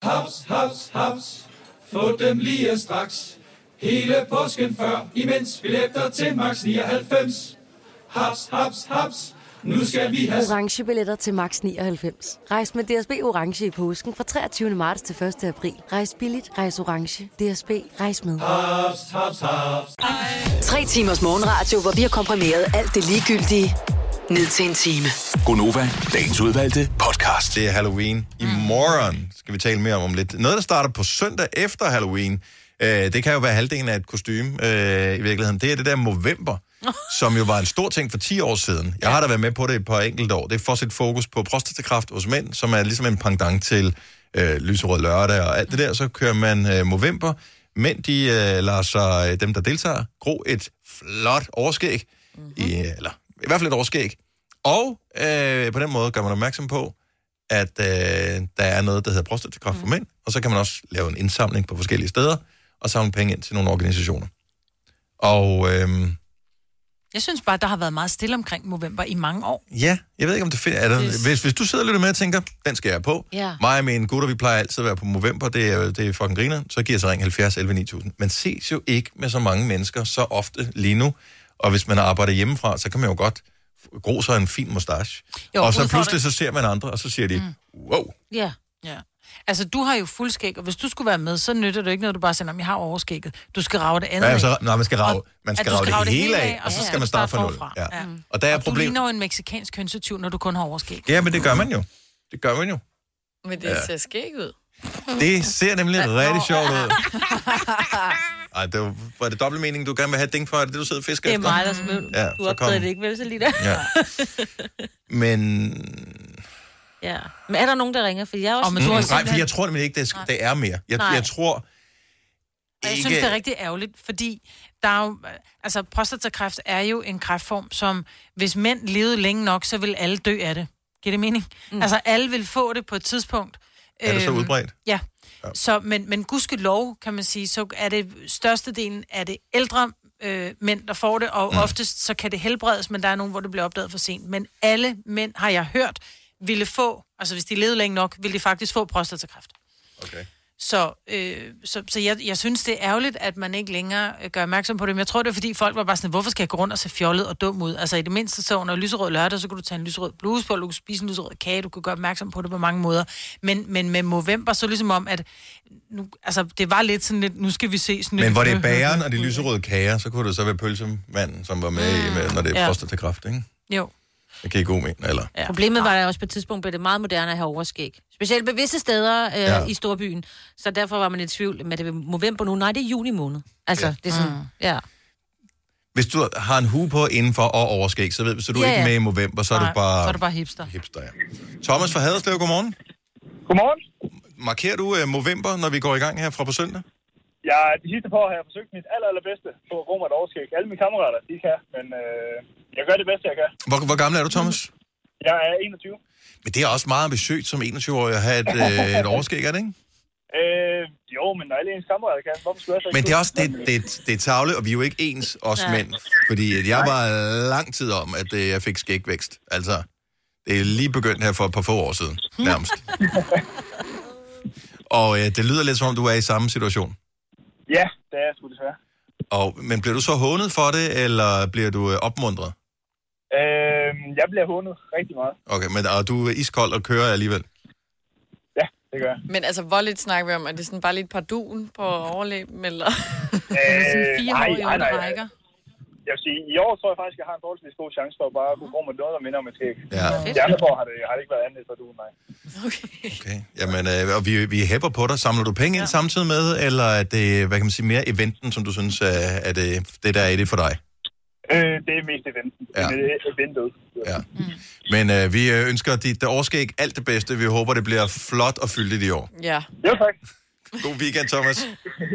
[SPEAKER 22] Haps, haps, haps. Få dem lige straks. Hele påsken før, imens billetter til max 99. Haps, haps, haps. Nu skal vi have
[SPEAKER 17] orange billetter til max 99. Rejs med DSB orange i påsken fra 23. marts til 1. april. Rejs billigt, rejs orange. DSB rejs med.
[SPEAKER 22] haps, haps, haps.
[SPEAKER 5] Tre timers morgenradio, hvor vi har komprimeret alt det ligegyldige ned til en time.
[SPEAKER 1] Gonova, dagens udvalgte podcast. Det er Halloween. I morgen skal vi tale mere om, om lidt. Noget, der starter på søndag efter Halloween, øh, det kan jo være halvdelen af et kostume øh, i virkeligheden. Det er det der Movember, som jo var en stor ting for 10 år siden. Jeg har da været med på det et par enkelte år. Det får sit fokus på prostatakræft hos mænd, som er ligesom en pendant til øh, lyserød lørdag og alt det der. Så kører man øh, Movember. Mænd, de øh, lader sig, øh, dem der deltager, gro et flot overskæg. Mm-hmm. I, eller i hvert fald et overskæg. Og øh, på den måde gør man opmærksom på, at øh, der er noget, der hedder prostatakræft
[SPEAKER 3] Mm.
[SPEAKER 1] for mænd, og så kan man også lave en indsamling på forskellige steder, og samle penge ind til nogle organisationer. Og øh,
[SPEAKER 3] Jeg synes bare, der har været meget stille omkring november i mange år.
[SPEAKER 1] ja, jeg ved ikke, om det finder... Er der, hvis, hvis du sidder og lytter med og tænker, den skal jeg på.
[SPEAKER 3] Ja.
[SPEAKER 1] Mig og mine gutter, vi plejer altid at være på november, det er, det er fucking griner, så giver sig ring 70 11 9000. Man ses jo ikke med så mange mennesker så ofte lige nu, og hvis man arbejder hjemmefra, så kan man jo godt gro sig en fin mustache.
[SPEAKER 3] Jo,
[SPEAKER 1] Og så
[SPEAKER 3] udfordring.
[SPEAKER 1] pludselig så ser man andre, og så siger de, mm. wow,
[SPEAKER 3] Ja. ja. Altså, du har jo fuld skæg, og hvis du skulle være med, så nytter det ikke noget, du bare siger, at jeg har overskægget. Du skal rave det andet
[SPEAKER 1] Ja, så,
[SPEAKER 3] af.
[SPEAKER 1] nej, man skal rave,
[SPEAKER 3] Og-
[SPEAKER 1] man
[SPEAKER 3] at
[SPEAKER 1] skal
[SPEAKER 3] du
[SPEAKER 1] rave det, det hele af, og så
[SPEAKER 3] Ja,
[SPEAKER 1] skal
[SPEAKER 3] ja,
[SPEAKER 1] man starte fra nul.
[SPEAKER 3] forfra.
[SPEAKER 1] Ja.
[SPEAKER 3] Mm.
[SPEAKER 1] Og der er
[SPEAKER 3] Du
[SPEAKER 1] problemet.
[SPEAKER 3] ligner jo en mexikansk kønsetyv, når du kun har overskæg.
[SPEAKER 1] Ja, men det gør man jo. Det gør man jo.
[SPEAKER 4] Men det
[SPEAKER 1] Ja.
[SPEAKER 4] ser skæg ud.
[SPEAKER 1] Det ser nemlig rigtig sjovt <laughs> ud. Ej, det var, var det dobbeltmeningen, du gerne vil have et ding for? Er det det, du sidder og fisker
[SPEAKER 2] Det er
[SPEAKER 1] efter?
[SPEAKER 2] mig, der smøl.
[SPEAKER 1] Ja,
[SPEAKER 2] du
[SPEAKER 1] så kom.
[SPEAKER 2] opdagede det ikke, vel, så lige der?
[SPEAKER 1] Ja. Men...
[SPEAKER 2] ja. Men er der nogen, der ringer? For jeg er også...
[SPEAKER 1] Mm, nej, for jeg tror nemlig ikke, det er, det er mere. Jeg,
[SPEAKER 3] Nej.
[SPEAKER 1] jeg tror...
[SPEAKER 3] Og jeg
[SPEAKER 1] Ikke-
[SPEAKER 3] synes, det er rigtig ærgerligt, fordi der er jo, altså, prostatakræft er jo en kræftform, som hvis mænd levede længe nok, så vil alle dø af det. Giver det mening? Mm. Altså, alle vil få det på et tidspunkt.
[SPEAKER 1] Er det så
[SPEAKER 3] Øhm,
[SPEAKER 1] udbredt?
[SPEAKER 3] Ja. ja. Så, men, men gudskelov, kan man sige, så er det størstedelen af det ældre øh, mænd, der får det, og mm. oftest så kan det helbredes, men der er nogen, hvor det bliver opdaget for sent. Men alle mænd, har jeg hørt, ville få, altså hvis de levede længe nok, ville de faktisk få prostatakræft.
[SPEAKER 1] Okay.
[SPEAKER 3] Så, øh, så, så jeg, jeg synes, det er ærgerligt, at man ikke længere øh, gør opmærksom på det. Men jeg tror, det er, fordi folk var bare sådan, hvorfor skal jeg gå rundt og se fjollet og dum ud? Altså i det mindste så under lyserød lørdag, så kunne du tage en lyserød bluse på, du kunne spise en lyserød kage, du kunne gøre opmærksom på det på mange måder. Men, men med Movember, så ligesom om, at nu, altså, det var lidt sådan lidt, nu skal vi se sådan
[SPEAKER 1] Men hvor det er bageren og de lyserøde kager, så kunne det så være pølsemanden, som var med, i, med når det er
[SPEAKER 8] Ja.
[SPEAKER 1] ja. prostatakræft, ikke?
[SPEAKER 3] Jo.
[SPEAKER 1] Det kan I god mene, eller?
[SPEAKER 8] Ja. Problemet var at også på et tidspunkt, blev det meget moderne at have overskæg. Specielt på visse steder øh, ja.
[SPEAKER 1] Ja.
[SPEAKER 8] i storbyen. Så derfor var man i tvivl, men det er november nu. Nej, det er juni måned. Altså, ja. det er sådan, mm. ja.
[SPEAKER 1] Hvis du har en hue på indenfor og overskæg, så, ved, så er du
[SPEAKER 8] Ja,
[SPEAKER 1] ja, ikke
[SPEAKER 8] ja.
[SPEAKER 1] med i Movember, så er
[SPEAKER 3] Nej,
[SPEAKER 1] du bare...
[SPEAKER 3] så er du bare hipster.
[SPEAKER 1] Hipster, ja. Thomas fra Haderslev, godmorgen.
[SPEAKER 6] Godmorgen.
[SPEAKER 1] Markerer du uh, Movember, når vi går i gang her fra på søndag?
[SPEAKER 6] Jeg, de sidste par år har jeg forsøgt mit aller, allerbedste på at bruge mig et overskæg. Alle mine kammerater, de kan, men øh, jeg gør det bedste, jeg kan.
[SPEAKER 1] Hvor, hvor gammel er du, Thomas?
[SPEAKER 6] Jeg er 21.
[SPEAKER 1] Men det er også meget ambitiøst som 21-årig at have et, øh, et overskæg, er det ikke?
[SPEAKER 6] Øh, jo, men når alle ens kammerater kan, hvorfor skulle jeg så ikke?
[SPEAKER 1] Men det er også det,
[SPEAKER 6] kunne?
[SPEAKER 1] det, det er tavle, og vi er jo ikke ens, os
[SPEAKER 6] Nej.
[SPEAKER 1] mænd. Fordi at jeg var lang tid om, at øh, jeg fik skægvækst. Altså, det er lige begyndt her for et par få år siden, nærmest. og øh, det lyder lidt som om, du er i samme situation.
[SPEAKER 6] Ja, det er jeg sgu desværre.
[SPEAKER 1] Og, men bliver du så hånet for det, eller bliver du øh, opmuntret?
[SPEAKER 6] Øh, jeg bliver hånet rigtig meget.
[SPEAKER 1] Okay, men og du er iskold og kører alligevel.
[SPEAKER 6] Det gør jeg.
[SPEAKER 4] Men altså, hvor lidt snakker vi om? Er det sådan bare lidt par duen på overlæben, eller? <laughs>
[SPEAKER 6] Øh, nej, nej, nej. Jeg vil sige, i år tror jeg faktisk, jeg har en forholdsvis god chance for at bare kunne bruge mig noget, der minder om et skæg.
[SPEAKER 1] Ja.
[SPEAKER 6] De andre år har det, har det ikke været andet for du, nej.
[SPEAKER 1] Jamen, øh, og vi, vi hæpper på dig. Samler du penge ind samtidig med, eller er det, hvad kan man sige, mere eventen, som du synes er, er det, det, der er i det for dig?
[SPEAKER 6] Øh, det er mest eventet.
[SPEAKER 1] Ja.
[SPEAKER 6] Det er eventet.
[SPEAKER 1] Ja. Men øh, vi øh, ønsker dit overskæg alt det bedste. Vi håber, det bliver flot og fyldigt i år.
[SPEAKER 4] Ja.
[SPEAKER 6] Jo, tak.
[SPEAKER 1] God weekend, Thomas.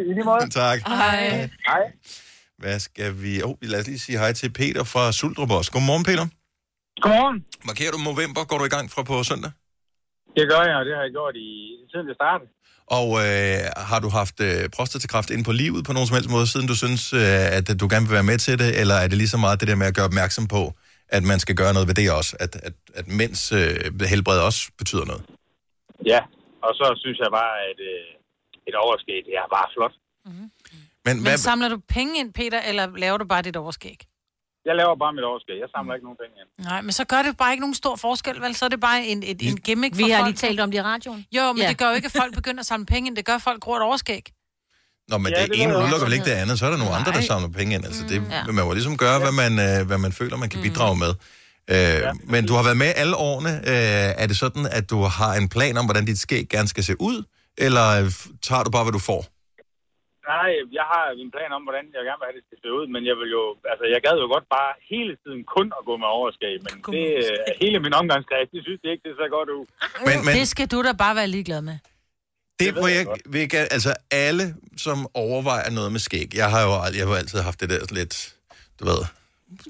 [SPEAKER 6] I lige måde.
[SPEAKER 1] Tak.
[SPEAKER 4] Hej.
[SPEAKER 6] Hej.
[SPEAKER 1] Hvad skal vi... Oh, lad os lige sige hej til Peter fra Suldrup også. Godmorgen, Peter.
[SPEAKER 6] Godmorgen.
[SPEAKER 1] Markerer du november? Går du i gang fra på søndag?
[SPEAKER 6] Det gør jeg, og det har jeg gjort i siden det startede.
[SPEAKER 1] Og øh, har du haft øh, prostatakræft inde på livet på nogen som helst måde, siden du synes, øh, at du gerne vil være med til det? Eller er det lige så meget det der med at gøre opmærksom på, at man skal gøre noget ved det også? At, at, at mænds øh, helbred også betyder noget?
[SPEAKER 7] Ja, og så synes jeg bare, at øh, et overskæg, det er bare flot.
[SPEAKER 1] Men,
[SPEAKER 3] Men samler du penge ind, Peter, eller laver du bare dit overskæg?
[SPEAKER 7] Jeg laver bare mit overskæg. Jeg samler ikke nogen penge ind.
[SPEAKER 3] Nej, men så gør det bare ikke nogen stor forskel, vel? Så er det bare en, et, en gimmick
[SPEAKER 8] Vi
[SPEAKER 3] for
[SPEAKER 8] har
[SPEAKER 3] folk.
[SPEAKER 8] lige talt om det i radioen.
[SPEAKER 3] Jo, men
[SPEAKER 8] Ja.
[SPEAKER 3] ja. det gør jo ikke, at folk begynder at samle penge ind. Det gør, at folk gror et overskæg.
[SPEAKER 1] Nå, men
[SPEAKER 3] Ja,
[SPEAKER 1] ja, det,
[SPEAKER 3] det
[SPEAKER 1] det
[SPEAKER 3] ved
[SPEAKER 1] ene
[SPEAKER 3] jeg også.
[SPEAKER 1] udelukker vel ikke det andet. Så er der nogle andre, der samler penge ind. Altså, det,
[SPEAKER 3] Ja. Mm.
[SPEAKER 1] mm. Man må ligesom gøre, hvad man, øh, hvad man føler, man kan bidrage med. Øh, Men du har været med alle årene. Øh, er det sådan, at du har en plan om, hvordan dit skæg gerne skal se ud? Eller øh, f- tager du bare, hvad du får?
[SPEAKER 7] Nej, jeg har en plan om, hvordan jeg gerne vil have det skal se ud, men jeg vil jo, altså jeg gad jo godt bare hele tiden kun at gå med overskæg, men det, øh, hele min omgangskreds, de synes det ikke, det ser godt ud.
[SPEAKER 1] Men, men
[SPEAKER 3] Det skal du da bare være ligeglad med.
[SPEAKER 1] det, hvor jeg vil gerne... Altså, alle, som overvejer noget med skæg. Jeg har jo ald- jeg har jo altid haft det der lidt... Du ved...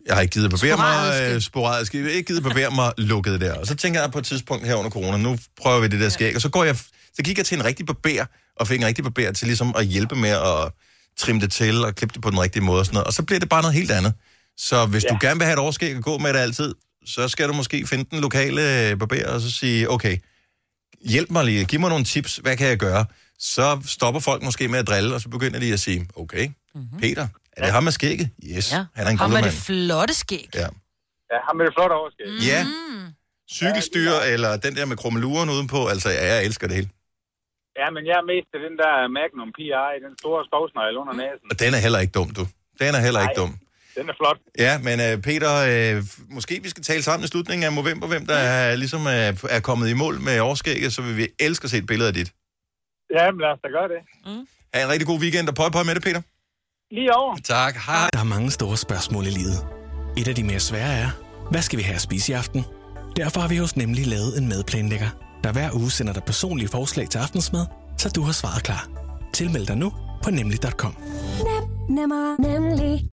[SPEAKER 1] Jeg har ikke givet at barbere mig
[SPEAKER 12] Sporadiske.
[SPEAKER 1] øh, sporadisk. Jeg har ikke givet at barbere mig lukket der. Og så tænker jeg på et tidspunkt her under corona, nu prøver vi det der skæg. Og så, går jeg, så gik jeg til en rigtig barber, og fik en rigtig barber til ligesom at hjælpe med at trimme det til og klippe det på den rigtige måde og sådan noget. Og så bliver det bare noget helt andet. Så hvis ja. du gerne vil have et overskæg og gå med det altid, så skal du måske finde den lokale øh, barber og så sige, okay, hjælp mig lige, giv mig nogle tips, hvad kan jeg gøre? Så stopper folk måske med at drille, og så begynder de at sige, okay, mm-hmm. Peter, er det ham med skægget? Yes, ja. han er en
[SPEAKER 3] Har
[SPEAKER 1] god
[SPEAKER 3] man
[SPEAKER 1] mand.
[SPEAKER 3] det flotte skæg?
[SPEAKER 1] Ja.
[SPEAKER 7] Ja, ham med det flotte overskæg.
[SPEAKER 1] ja.
[SPEAKER 7] Mm.
[SPEAKER 1] Cykelstyre, eller den der med krummeluren udenpå, altså ja, jeg elsker det hele.
[SPEAKER 7] Ja, men jeg er mest til den der Magnum PI, den store skovsnegl under næsen.
[SPEAKER 1] Og den er heller ikke dum, du. Den er heller ikke
[SPEAKER 7] Nej.
[SPEAKER 1] dum.
[SPEAKER 7] Den er flot.
[SPEAKER 1] Ja, men øh, Peter, øh, måske vi skal tale sammen i slutningen af november, hvem der
[SPEAKER 7] Mm.
[SPEAKER 1] er, ligesom er, er kommet i mål med årskægget, så vil vi elske at se et billede af dit. Mm.
[SPEAKER 7] Ja, men lad os da gøre det.
[SPEAKER 1] Ha' en rigtig god weekend, og pøj pøj med det, Peter.
[SPEAKER 7] Lige over.
[SPEAKER 1] Tak, hej.
[SPEAKER 19] Der er mange store spørgsmål i livet. Et af de mere svære er, hvad skal vi have at spise i aften? Derfor har vi hos Nemlig lavet en madplanlægger, der hver uge sender dig personlige forslag til aftensmad, så du har svaret klar. Tilmeld dig nu på nemlig.com.
[SPEAKER 20] Nem, nemmer, nemlig.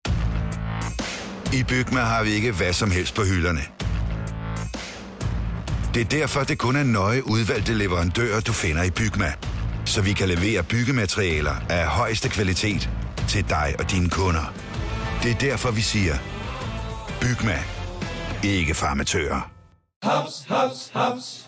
[SPEAKER 21] I Bygma har vi ikke hvad som helst på hylderne. Det er derfor, det kun er nøje udvalgte leverandører, du finder i Bygma. Så vi kan levere byggematerialer af højeste kvalitet til dig og dine kunder. Det er derfor, vi siger, Bygma. Ikke farmatører.
[SPEAKER 22] Haps, haps, haps.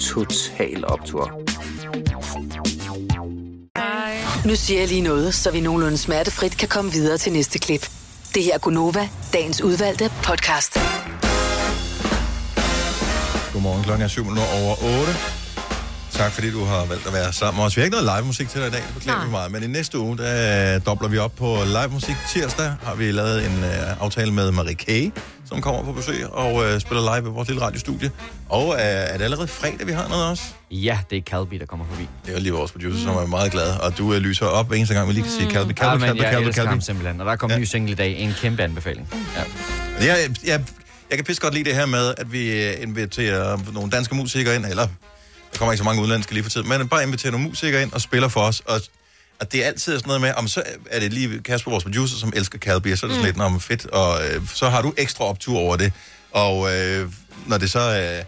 [SPEAKER 12] Total Optor.
[SPEAKER 5] Nu siger jeg lige noget, så vi nogenlunde smertefrit kan komme videre til næste klip. Det her er Gunova, dagens udvalgte podcast.
[SPEAKER 1] Godmorgen, klokken er 7 over 8. Tak fordi du har valgt at være sammen med os. Vi har ikke noget live musik til dig i dag, det beklager vi meget. Men i næste uge, der øh, dobler vi op på live musik. Tirsdag har vi lavet en øh, aftale med Marie K., som kommer på besøg og øh, spiller live i vores lille radiostudie. Og øh, er det allerede fredag, vi har noget også?
[SPEAKER 14] Ja, det er Calby, der kommer forbi.
[SPEAKER 1] Det er jo lige vores producer, mm. som er meget glad. Og du øh, lyser op hver eneste gang, vi lige kan sige Calby,
[SPEAKER 14] Ja,
[SPEAKER 1] Calby,
[SPEAKER 14] Ah, men
[SPEAKER 1] Calby,
[SPEAKER 14] jeg
[SPEAKER 1] Calby,
[SPEAKER 14] elsker ham
[SPEAKER 1] Calby.
[SPEAKER 14] simpelthen. Og der kommer en ny single i dag. En kæmpe anbefaling. Ja.
[SPEAKER 1] Jeg, jeg, jeg kan pisse godt lide det her med, at vi øh, inviterer nogle danske musikere ind, eller der kommer ikke så mange udenlandske lige for tiden, men bare inviterer nogle musikere ind og spiller for os, og at det er altid sådan noget med, om så er det lige Kasper, vores producer, som elsker Calbi, og så er det sådan mm. lidt, "Nå, men fedt, og øh, så har du ekstra optur over det, og øh, når det så er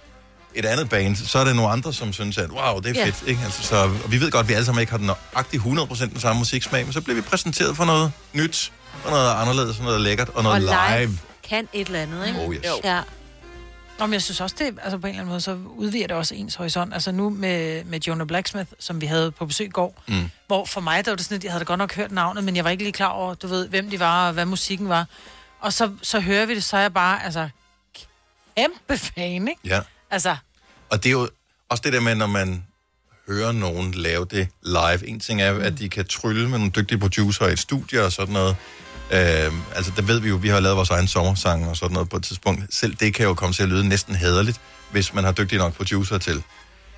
[SPEAKER 1] et andet band, så er det nogle andre, som synes, at wow, det er
[SPEAKER 23] Ja.
[SPEAKER 1] yeah. fedt, ikke? Altså, så, og vi ved godt, at vi alle sammen ikke har den nøjagtige 100% den samme musiksmag, men så bliver vi præsenteret for noget nyt, og noget anderledes, og noget lækkert, og noget
[SPEAKER 3] Og
[SPEAKER 1] live.
[SPEAKER 3] live.
[SPEAKER 1] live.
[SPEAKER 3] Kan et eller andet, ikke?
[SPEAKER 1] Oh, yes. Jo.
[SPEAKER 3] Ja. Nå, men jeg synes også, det, altså på en eller anden måde, så udvider det også ens horisont. Altså nu med, med Jonah Blacksmith, som vi havde på besøg i går,
[SPEAKER 15] Mm.
[SPEAKER 3] hvor for mig, der var det sådan, at jeg havde da godt nok hørt navnet, men jeg var ikke lige klar over, du ved, hvem de var og hvad musikken var. Og så, så hører vi det, så er jeg bare, altså, kæmpe fan, ikke?
[SPEAKER 1] Ja.
[SPEAKER 3] Altså,
[SPEAKER 1] Og det er jo også det der med, når man hører nogen lave det live. En ting er, at de kan trylle med nogle dygtige producer i et studie og sådan noget. Øhm, altså, der ved vi jo, vi har lavet vores egen sommersang og sådan noget på et tidspunkt. Selv det kan jo komme til at lyde næsten hæderligt, hvis man har dygtige nok producer til.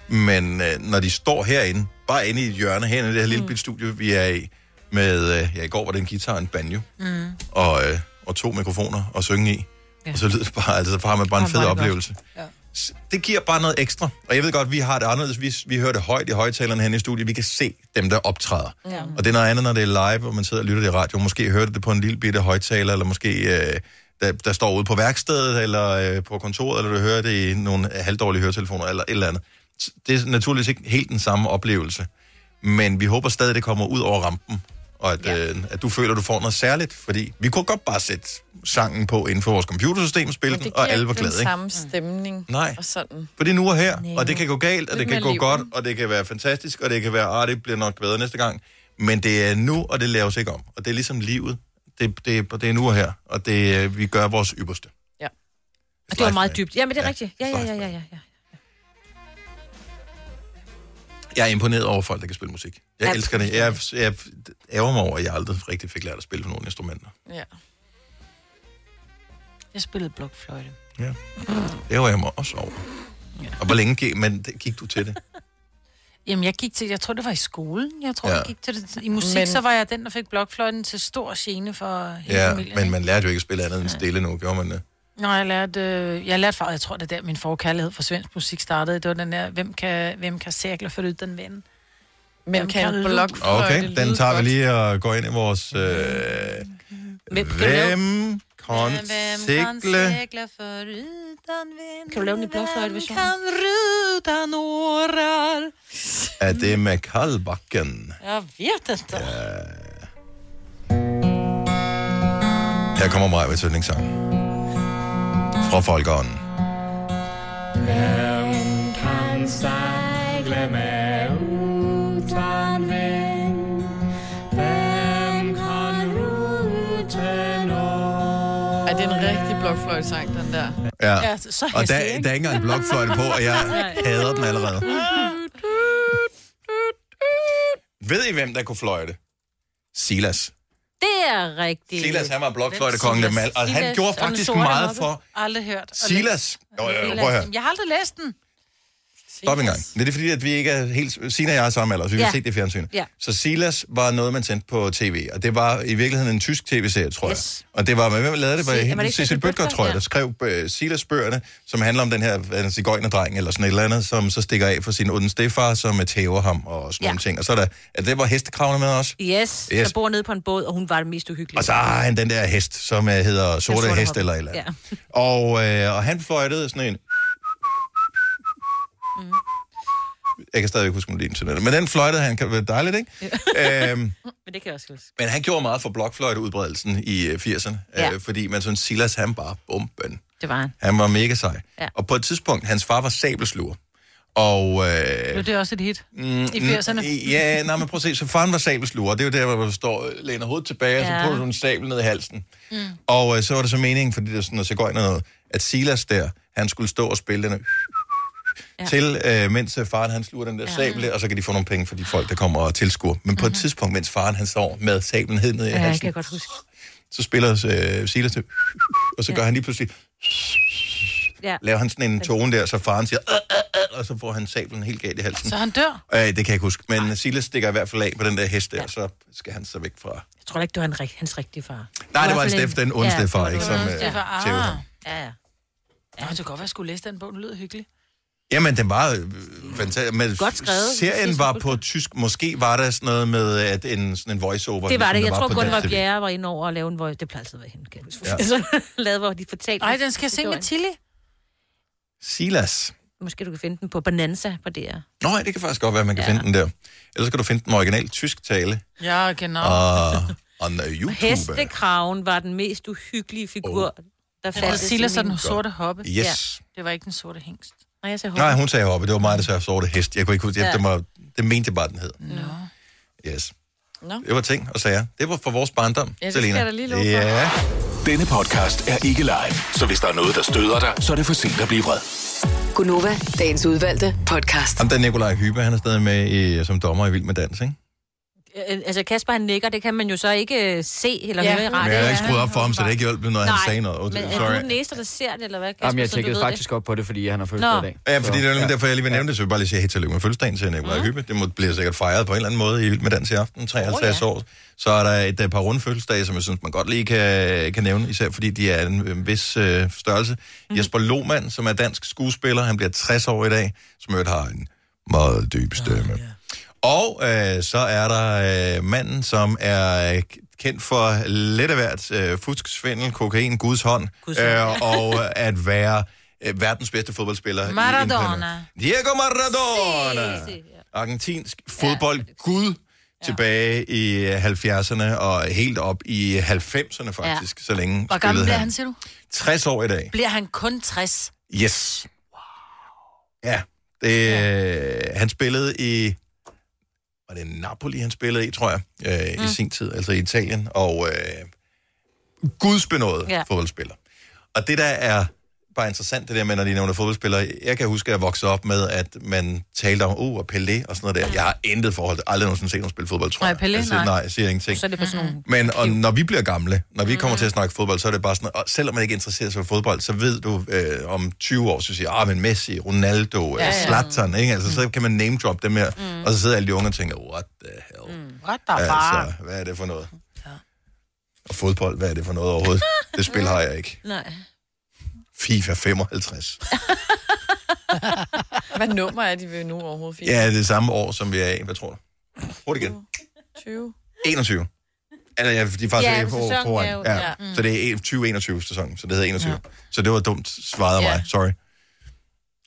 [SPEAKER 1] Men øh, når de står herinde, bare inde i et hjørne herinde i det her lille mm. studie, vi er i, med, øh, ja, i går var det en guitar og en banjo,
[SPEAKER 24] Mm.
[SPEAKER 1] og, øh, og to mikrofoner at synge i.
[SPEAKER 24] Ja.
[SPEAKER 1] Ja. Og så lyder det bare, altså, så har man bare en
[SPEAKER 24] Ja,
[SPEAKER 1] fed
[SPEAKER 24] var det godt.
[SPEAKER 1] oplevelse.
[SPEAKER 3] Ja.
[SPEAKER 1] S- Det giver bare noget ekstra. Og jeg ved godt, vi har det anderledes. Vi, vi hører det højt i højtalerne hen i studiet. Vi kan se dem, der optræder.
[SPEAKER 3] Ja.
[SPEAKER 1] Og det er noget andet, når det er live, og man sidder og lytter det i radio. Måske hørte det på en lille bitte højtaler, eller måske øh, der, der står ude på værkstedet, eller øh, på kontoret, eller du hører det i nogle halvdårlige høretelefoner, eller et eller andet. S- Det er naturligvis ikke helt den samme oplevelse. Men vi håber stadig, det kommer ud over rampen, og at, ja. øh, at du føler, du får noget særligt. Fordi vi kunne godt bare sætte sangen på inden for vores computersystem, spille den, og alle var glade.
[SPEAKER 4] den
[SPEAKER 1] ikke?
[SPEAKER 4] samme stemning
[SPEAKER 1] Nej.
[SPEAKER 4] og sådan.
[SPEAKER 1] For det er nu og her, og det kan gå galt, og
[SPEAKER 4] Lidt
[SPEAKER 1] det
[SPEAKER 4] mere
[SPEAKER 1] kan gå
[SPEAKER 4] liv,
[SPEAKER 1] godt, og det kan være fantastisk, og det kan være, ah, det bliver nok bedre næste gang. Men det er nu, og det laves ikke om. Og det er ligesom livet. Det, det, det er nu og her, og det, øh, vi gør vores ypperste.
[SPEAKER 8] Og det var meget dybt. Ja, men det er ja. rigtigt. Ja, ja, ja, ja, ja. ja.
[SPEAKER 1] Jeg er imponeret over folk, der kan spille musik. Jeg
[SPEAKER 8] Ja,
[SPEAKER 1] elsker det. Jeg, jeg ærger mig over, at jeg aldrig rigtig fik lært at spille på nogle instrumenter.
[SPEAKER 4] Ja.
[SPEAKER 3] jeg spillede blokfløjte.
[SPEAKER 1] Ja. Det ærger jeg mig også over. Og hvor længe gik, men, det- gik du til <laughs> det?
[SPEAKER 3] Jamen, jeg gik til, jeg tror, det var i skolen. Jeg tror,
[SPEAKER 1] Ja.
[SPEAKER 3] ja. jeg gik til det. I musik,
[SPEAKER 4] Men-
[SPEAKER 3] men... så var jeg den, der fik blokfløjten til stor gene for hele
[SPEAKER 1] Ja,
[SPEAKER 3] familien.
[SPEAKER 1] men man lærte jo ikke at spille andet end stille nu, gjorde man det?
[SPEAKER 3] Nå, jeg lærte, øh, jeg lærte far, jeg tror, det er der, min forkærlighed for svensk musik startede. Det var den der, hvem kan, hvem kan cirkle for ud den ven? Hvem
[SPEAKER 4] kan en
[SPEAKER 3] lukke-
[SPEAKER 4] blokfløjte
[SPEAKER 1] Okay,
[SPEAKER 4] lyde
[SPEAKER 1] den tager vi
[SPEAKER 4] godt?
[SPEAKER 1] lige og går ind i vores... Øh, hvem
[SPEAKER 3] kan
[SPEAKER 1] hvem
[SPEAKER 3] Ja,
[SPEAKER 1] kan
[SPEAKER 3] kan
[SPEAKER 1] sikle?
[SPEAKER 3] cirkle for ud den ven?
[SPEAKER 8] Kan du lave den i blokfløjteversion?
[SPEAKER 3] Kan ruta norrar.
[SPEAKER 1] Er det med Kalbakken?
[SPEAKER 3] Jeg ved ikke.
[SPEAKER 1] Her kommer mig med tøndingssang. Fra Folkeånden.
[SPEAKER 24] Hvem kan sejle med utan vind? Hvem kan rute
[SPEAKER 4] Ej, det er en rigtig blokfløjtsang, den der.
[SPEAKER 1] Ja.
[SPEAKER 4] Ja, så- så
[SPEAKER 1] og der,
[SPEAKER 4] hæslig,
[SPEAKER 1] der er
[SPEAKER 4] ikke?
[SPEAKER 1] ikke engang en blokfløjte på, og jeg
[SPEAKER 4] <laughs> Nej.
[SPEAKER 1] hader den allerede. Ved I, hvem der kunne fløjte? Silas.
[SPEAKER 8] Det er rigtigt.
[SPEAKER 1] Silas, han var blokfløjtekongen af dem alle, og han
[SPEAKER 3] Silas
[SPEAKER 1] gjorde
[SPEAKER 3] og den
[SPEAKER 1] faktisk
[SPEAKER 3] sorte
[SPEAKER 1] meget
[SPEAKER 3] mappe.
[SPEAKER 1] for
[SPEAKER 3] Aldrig hørt. Og
[SPEAKER 1] Silas. Jo, jo, jo,
[SPEAKER 3] læst.
[SPEAKER 1] prøv at høre.
[SPEAKER 3] Jeg har aldrig læst den.
[SPEAKER 1] Stop en gang. Det er det fordi, at vi ikke er helt... Sina og jeg er samme alder, så vi ja.
[SPEAKER 8] Ja.
[SPEAKER 1] har set det i fjernsynet.
[SPEAKER 8] Ja.
[SPEAKER 1] Så Silas var noget, man sendte på tv, og det var i virkeligheden en tysk tv-serie, tror
[SPEAKER 8] Yes.
[SPEAKER 1] jeg. Og det var, hvem der lavede det? Var det
[SPEAKER 8] Se- var det
[SPEAKER 1] hende,
[SPEAKER 8] ikke
[SPEAKER 1] Cecil
[SPEAKER 8] Cecil
[SPEAKER 1] Bøtger,
[SPEAKER 8] Bødker?
[SPEAKER 1] tror jeg,
[SPEAKER 8] Ja.
[SPEAKER 1] der skrev øh, Silas bøgerne, som handler om den her øh, sigøjnerdreng eller sådan et eller andet, som så stikker af for sin onde stefar, som øh, tæver ham og sådan
[SPEAKER 8] Ja.
[SPEAKER 1] nogle ting. Og så er der, at det var hestekravene med også.
[SPEAKER 8] Yes, yes,
[SPEAKER 1] Yes.
[SPEAKER 8] der bor nede på en båd, og hun var det mest uhyggelige.
[SPEAKER 1] Og så har han den der hest, som øh, hedder
[SPEAKER 8] Den
[SPEAKER 1] sorte hest
[SPEAKER 8] hoppe.
[SPEAKER 1] eller et eller andet.
[SPEAKER 8] Ja.
[SPEAKER 1] Og, øh, og han fløjtede sådan en... Jeg kan stadigvæk huske melodien til den. Men den fløjtede han, kan være dejligt, ikke? <laughs> øhm,
[SPEAKER 8] <laughs> Men det kan jeg også huske.
[SPEAKER 1] men han gjorde meget for blokfløjteudbredelsen i øh, 80'erne, ja.
[SPEAKER 8] Ja.
[SPEAKER 1] øh, fordi man sådan, Silas han bare bomben.
[SPEAKER 8] Det var han.
[SPEAKER 1] Han var mega sej.
[SPEAKER 8] Ja.
[SPEAKER 1] Og på et tidspunkt, hans far var sabelsluger. Og,
[SPEAKER 3] Blev
[SPEAKER 1] øh,
[SPEAKER 3] det også et hit mm, i 80'erne?
[SPEAKER 1] n- Ja, nej, men prøv at se, så faren var sabelsluger, og det er jo der, hvor du står, øh, læner hovedet tilbage, ja. og
[SPEAKER 3] Ja.
[SPEAKER 1] så putter du en sabel ned i halsen. Mm. Og øh, så var det så meningen, fordi det er sådan noget cigøjner noget, at Silas der, han skulle stå og spille den ja. til, øh, mens øh, faren han sluger den der ja. sabel, der, og så kan de få nogle penge for de folk, der kommer og tilskuer. Men på et tidspunkt, mens faren han står med sablen helt ned i
[SPEAKER 8] Ja, det
[SPEAKER 1] halsen,
[SPEAKER 8] kan jeg godt huske.
[SPEAKER 1] så spiller øh, Silas det, og så
[SPEAKER 8] Ja.
[SPEAKER 1] gør han lige pludselig,
[SPEAKER 8] Ja.
[SPEAKER 1] laver han sådan en tone der, så faren siger, "Åh, åh, åh," og så får han sablen helt galt i halsen.
[SPEAKER 3] Så han dør.
[SPEAKER 1] Øh, det kan jeg ikke huske, men Silas stikker i hvert fald af på den der hest der, ja. så skal han så væk fra...
[SPEAKER 8] Jeg tror da ikke, det var en, rig- hans rigtige far.
[SPEAKER 1] Nej, det var
[SPEAKER 8] i
[SPEAKER 1] en
[SPEAKER 8] hvert fald
[SPEAKER 1] stef, den onde
[SPEAKER 8] Ja,
[SPEAKER 1] stefar,
[SPEAKER 8] det
[SPEAKER 1] ikke,
[SPEAKER 8] var
[SPEAKER 1] som
[SPEAKER 8] en
[SPEAKER 1] øh,
[SPEAKER 3] stefar. Ah.
[SPEAKER 1] tævede ham.
[SPEAKER 8] Ja, ja.
[SPEAKER 3] Ja, det kunne godt være, at jeg skulle læse den bog. Den lyder hyggelig.
[SPEAKER 1] Jamen, den var øh, fantastisk. Men
[SPEAKER 3] Godt skrevet.
[SPEAKER 1] Serien
[SPEAKER 3] Cecil
[SPEAKER 1] var på tysk. Måske var der sådan noget med at en, sådan en voiceover.
[SPEAKER 8] Det var
[SPEAKER 1] ligesom
[SPEAKER 8] det.
[SPEAKER 1] der
[SPEAKER 8] Jeg tror
[SPEAKER 1] på
[SPEAKER 8] kun,
[SPEAKER 1] dansk
[SPEAKER 8] var
[SPEAKER 1] TV.
[SPEAKER 8] Bjerre var inde over og lave en voice. Det plejer altid at være hende, kan jeg huske.
[SPEAKER 1] Ja.
[SPEAKER 8] Ja. <laughs> Så lavede, hvor de fortalte...
[SPEAKER 3] Ej, den skal jeg se med
[SPEAKER 8] historien.
[SPEAKER 1] Silas.
[SPEAKER 8] Måske du kan finde den på Bonanza på DR.
[SPEAKER 1] Nå, ja, det kan faktisk godt være, man kan ja. finde den der. Ellers kan du finde den med original tysk tale.
[SPEAKER 3] Ja, genau.
[SPEAKER 1] Ah, Og, og na- YouTube.
[SPEAKER 8] Hestekraven var den mest uhyggelige figur, oh. der
[SPEAKER 3] Ja,
[SPEAKER 8] fandt.
[SPEAKER 3] Silas er den sorte hoppe.
[SPEAKER 1] Yes.
[SPEAKER 3] Ja, det var ikke den sorte hængst.
[SPEAKER 8] Nej, jeg sagde
[SPEAKER 1] Nej, hun sagde oppe. Det var mig, der sagde sorte hest. Jeg kunne ikke huske, ja.
[SPEAKER 3] Ja.
[SPEAKER 1] det, var, det mente jeg bare, den hed. Yes.
[SPEAKER 4] Nå.
[SPEAKER 1] Det var ting og sager. Det var fra vores barndom,
[SPEAKER 4] Ja, det skal
[SPEAKER 1] Selina.
[SPEAKER 4] jeg da lige love for.
[SPEAKER 1] Ja.
[SPEAKER 11] Denne podcast er ikke live, så hvis der er noget, der støder dig, så er det for sent at blive vred.
[SPEAKER 5] Gunova, dagens udvalgte podcast.
[SPEAKER 1] Om den Nikolaj Hybe, han er stadig med i, som dommer i Vild med Dans, ikke?
[SPEAKER 8] Øh, Altså, Kasper, han nikker. Det kan man jo så ikke øh, se eller
[SPEAKER 3] Ja.
[SPEAKER 8] høre i
[SPEAKER 3] Men
[SPEAKER 1] Men
[SPEAKER 8] radioen.
[SPEAKER 1] jeg havde ikke skruet op for ham, så det ikke hjælp, når han sagde noget. Oh,
[SPEAKER 8] Men
[SPEAKER 1] Undskyld,
[SPEAKER 8] er du den næste, der ser det, eller hvad, Kasper?
[SPEAKER 14] Jamen, jeg
[SPEAKER 8] Så du
[SPEAKER 14] tjekkede
[SPEAKER 8] ved
[SPEAKER 14] faktisk op på det, fordi han har
[SPEAKER 8] Nå.
[SPEAKER 14] fødselsdag i dag.
[SPEAKER 1] Ja, fordi det er
[SPEAKER 14] Så,
[SPEAKER 1] nemlig derfor, jeg lige vil nævne det, så vi bare lige sige, hey, tillykke med fødselsdagen til Nicolaj Hyppe. Det må, bliver sikkert fejret på en eller anden måde i Vild med Dans i aften, 53 oh, ja. år. Så er der et øh, par runde fødselsdage, som jeg synes, man godt lige kan, kan nævne, især fordi de er en øh, vis øh, størrelse.
[SPEAKER 8] Mhm.
[SPEAKER 1] Mm. Jesper Lohmann, som er dansk skuespiller, han bliver 60 år i dag, som i øvrigt har en meget dyb stemme. Oh, Og øh, så er der øh, manden, som er øh, kendt for lidt af hvert øh, fusk, svindel, kokain, Guds hånd, Guds hånd øh, <laughs> og øh, at være øh, verdens bedste fodboldspiller. i en
[SPEAKER 3] Maradona.
[SPEAKER 1] Diego Maradona. Argentinsk fodboldgud ja. tilbage i øh, 70'erne og helt op i 90'erne faktisk, ja. så længe
[SPEAKER 3] Hvor gammel
[SPEAKER 1] spillede
[SPEAKER 3] bliver han, siger du?
[SPEAKER 1] 60 år i dag.
[SPEAKER 3] Bliver han kun 60?
[SPEAKER 1] Yes. Ja. Det, ja. Han spillede i... Var det Napoli, han spillede i, tror jeg, øh, mm. i sin tid, altså i Italien, og øh, gudsbenået ja.
[SPEAKER 24] Ja.
[SPEAKER 1] fodboldspiller. Og det, der er bare interessant, det der med, når de nævner fodboldspillere, jeg kan huske, at jeg voksede op med, at man talte om, oh, og Pelé og sådan noget der. Jeg har intet forhold til, aldrig nogensinde set nogen spille fodbold, tror
[SPEAKER 3] Nej,
[SPEAKER 1] jeg.
[SPEAKER 3] Pelé,
[SPEAKER 1] jeg siger,
[SPEAKER 3] nej.
[SPEAKER 1] nej. jeg siger ingenting.
[SPEAKER 8] Så er det på sådan nogle...
[SPEAKER 1] Men og når vi bliver gamle, når vi kommer til at snakke fodbold, så er det bare sådan, og selvom man ikke interesserer sig for fodbold, så ved du øh, om 20 år, så siger ah, men Messi, Ronaldo, ja,
[SPEAKER 3] Ja,
[SPEAKER 1] ja.
[SPEAKER 3] ja.
[SPEAKER 1] Zlatan, ikke? Altså, så kan man name drop dem her, mm. og så sidder alle de unge og tænker, what the hell? Mm.
[SPEAKER 3] What the
[SPEAKER 1] Altså,
[SPEAKER 3] fuck?
[SPEAKER 1] hvad er det for noget? Og fodbold, hvad er det for noget overhovedet? Det spil har jeg ikke.
[SPEAKER 8] Nej.
[SPEAKER 1] FIFA <laughs> 55.
[SPEAKER 4] Hvad nummer er de ved nu overhovedet? Fie?
[SPEAKER 1] Ja, det er samme år, som vi er i. Hvad tror du? Prøv det igen.
[SPEAKER 4] 20.
[SPEAKER 1] 21. Eller ja, de er faktisk
[SPEAKER 4] Ja,
[SPEAKER 1] ja, på,
[SPEAKER 4] sæsonen
[SPEAKER 1] foran.
[SPEAKER 4] er jo-
[SPEAKER 1] Ja.
[SPEAKER 4] ja. mm.
[SPEAKER 1] Ja. Så det er 2021 sæsonen, så det hedder 21. Ja. Så det var dumt svaret af
[SPEAKER 4] Ja.
[SPEAKER 1] mig, sorry.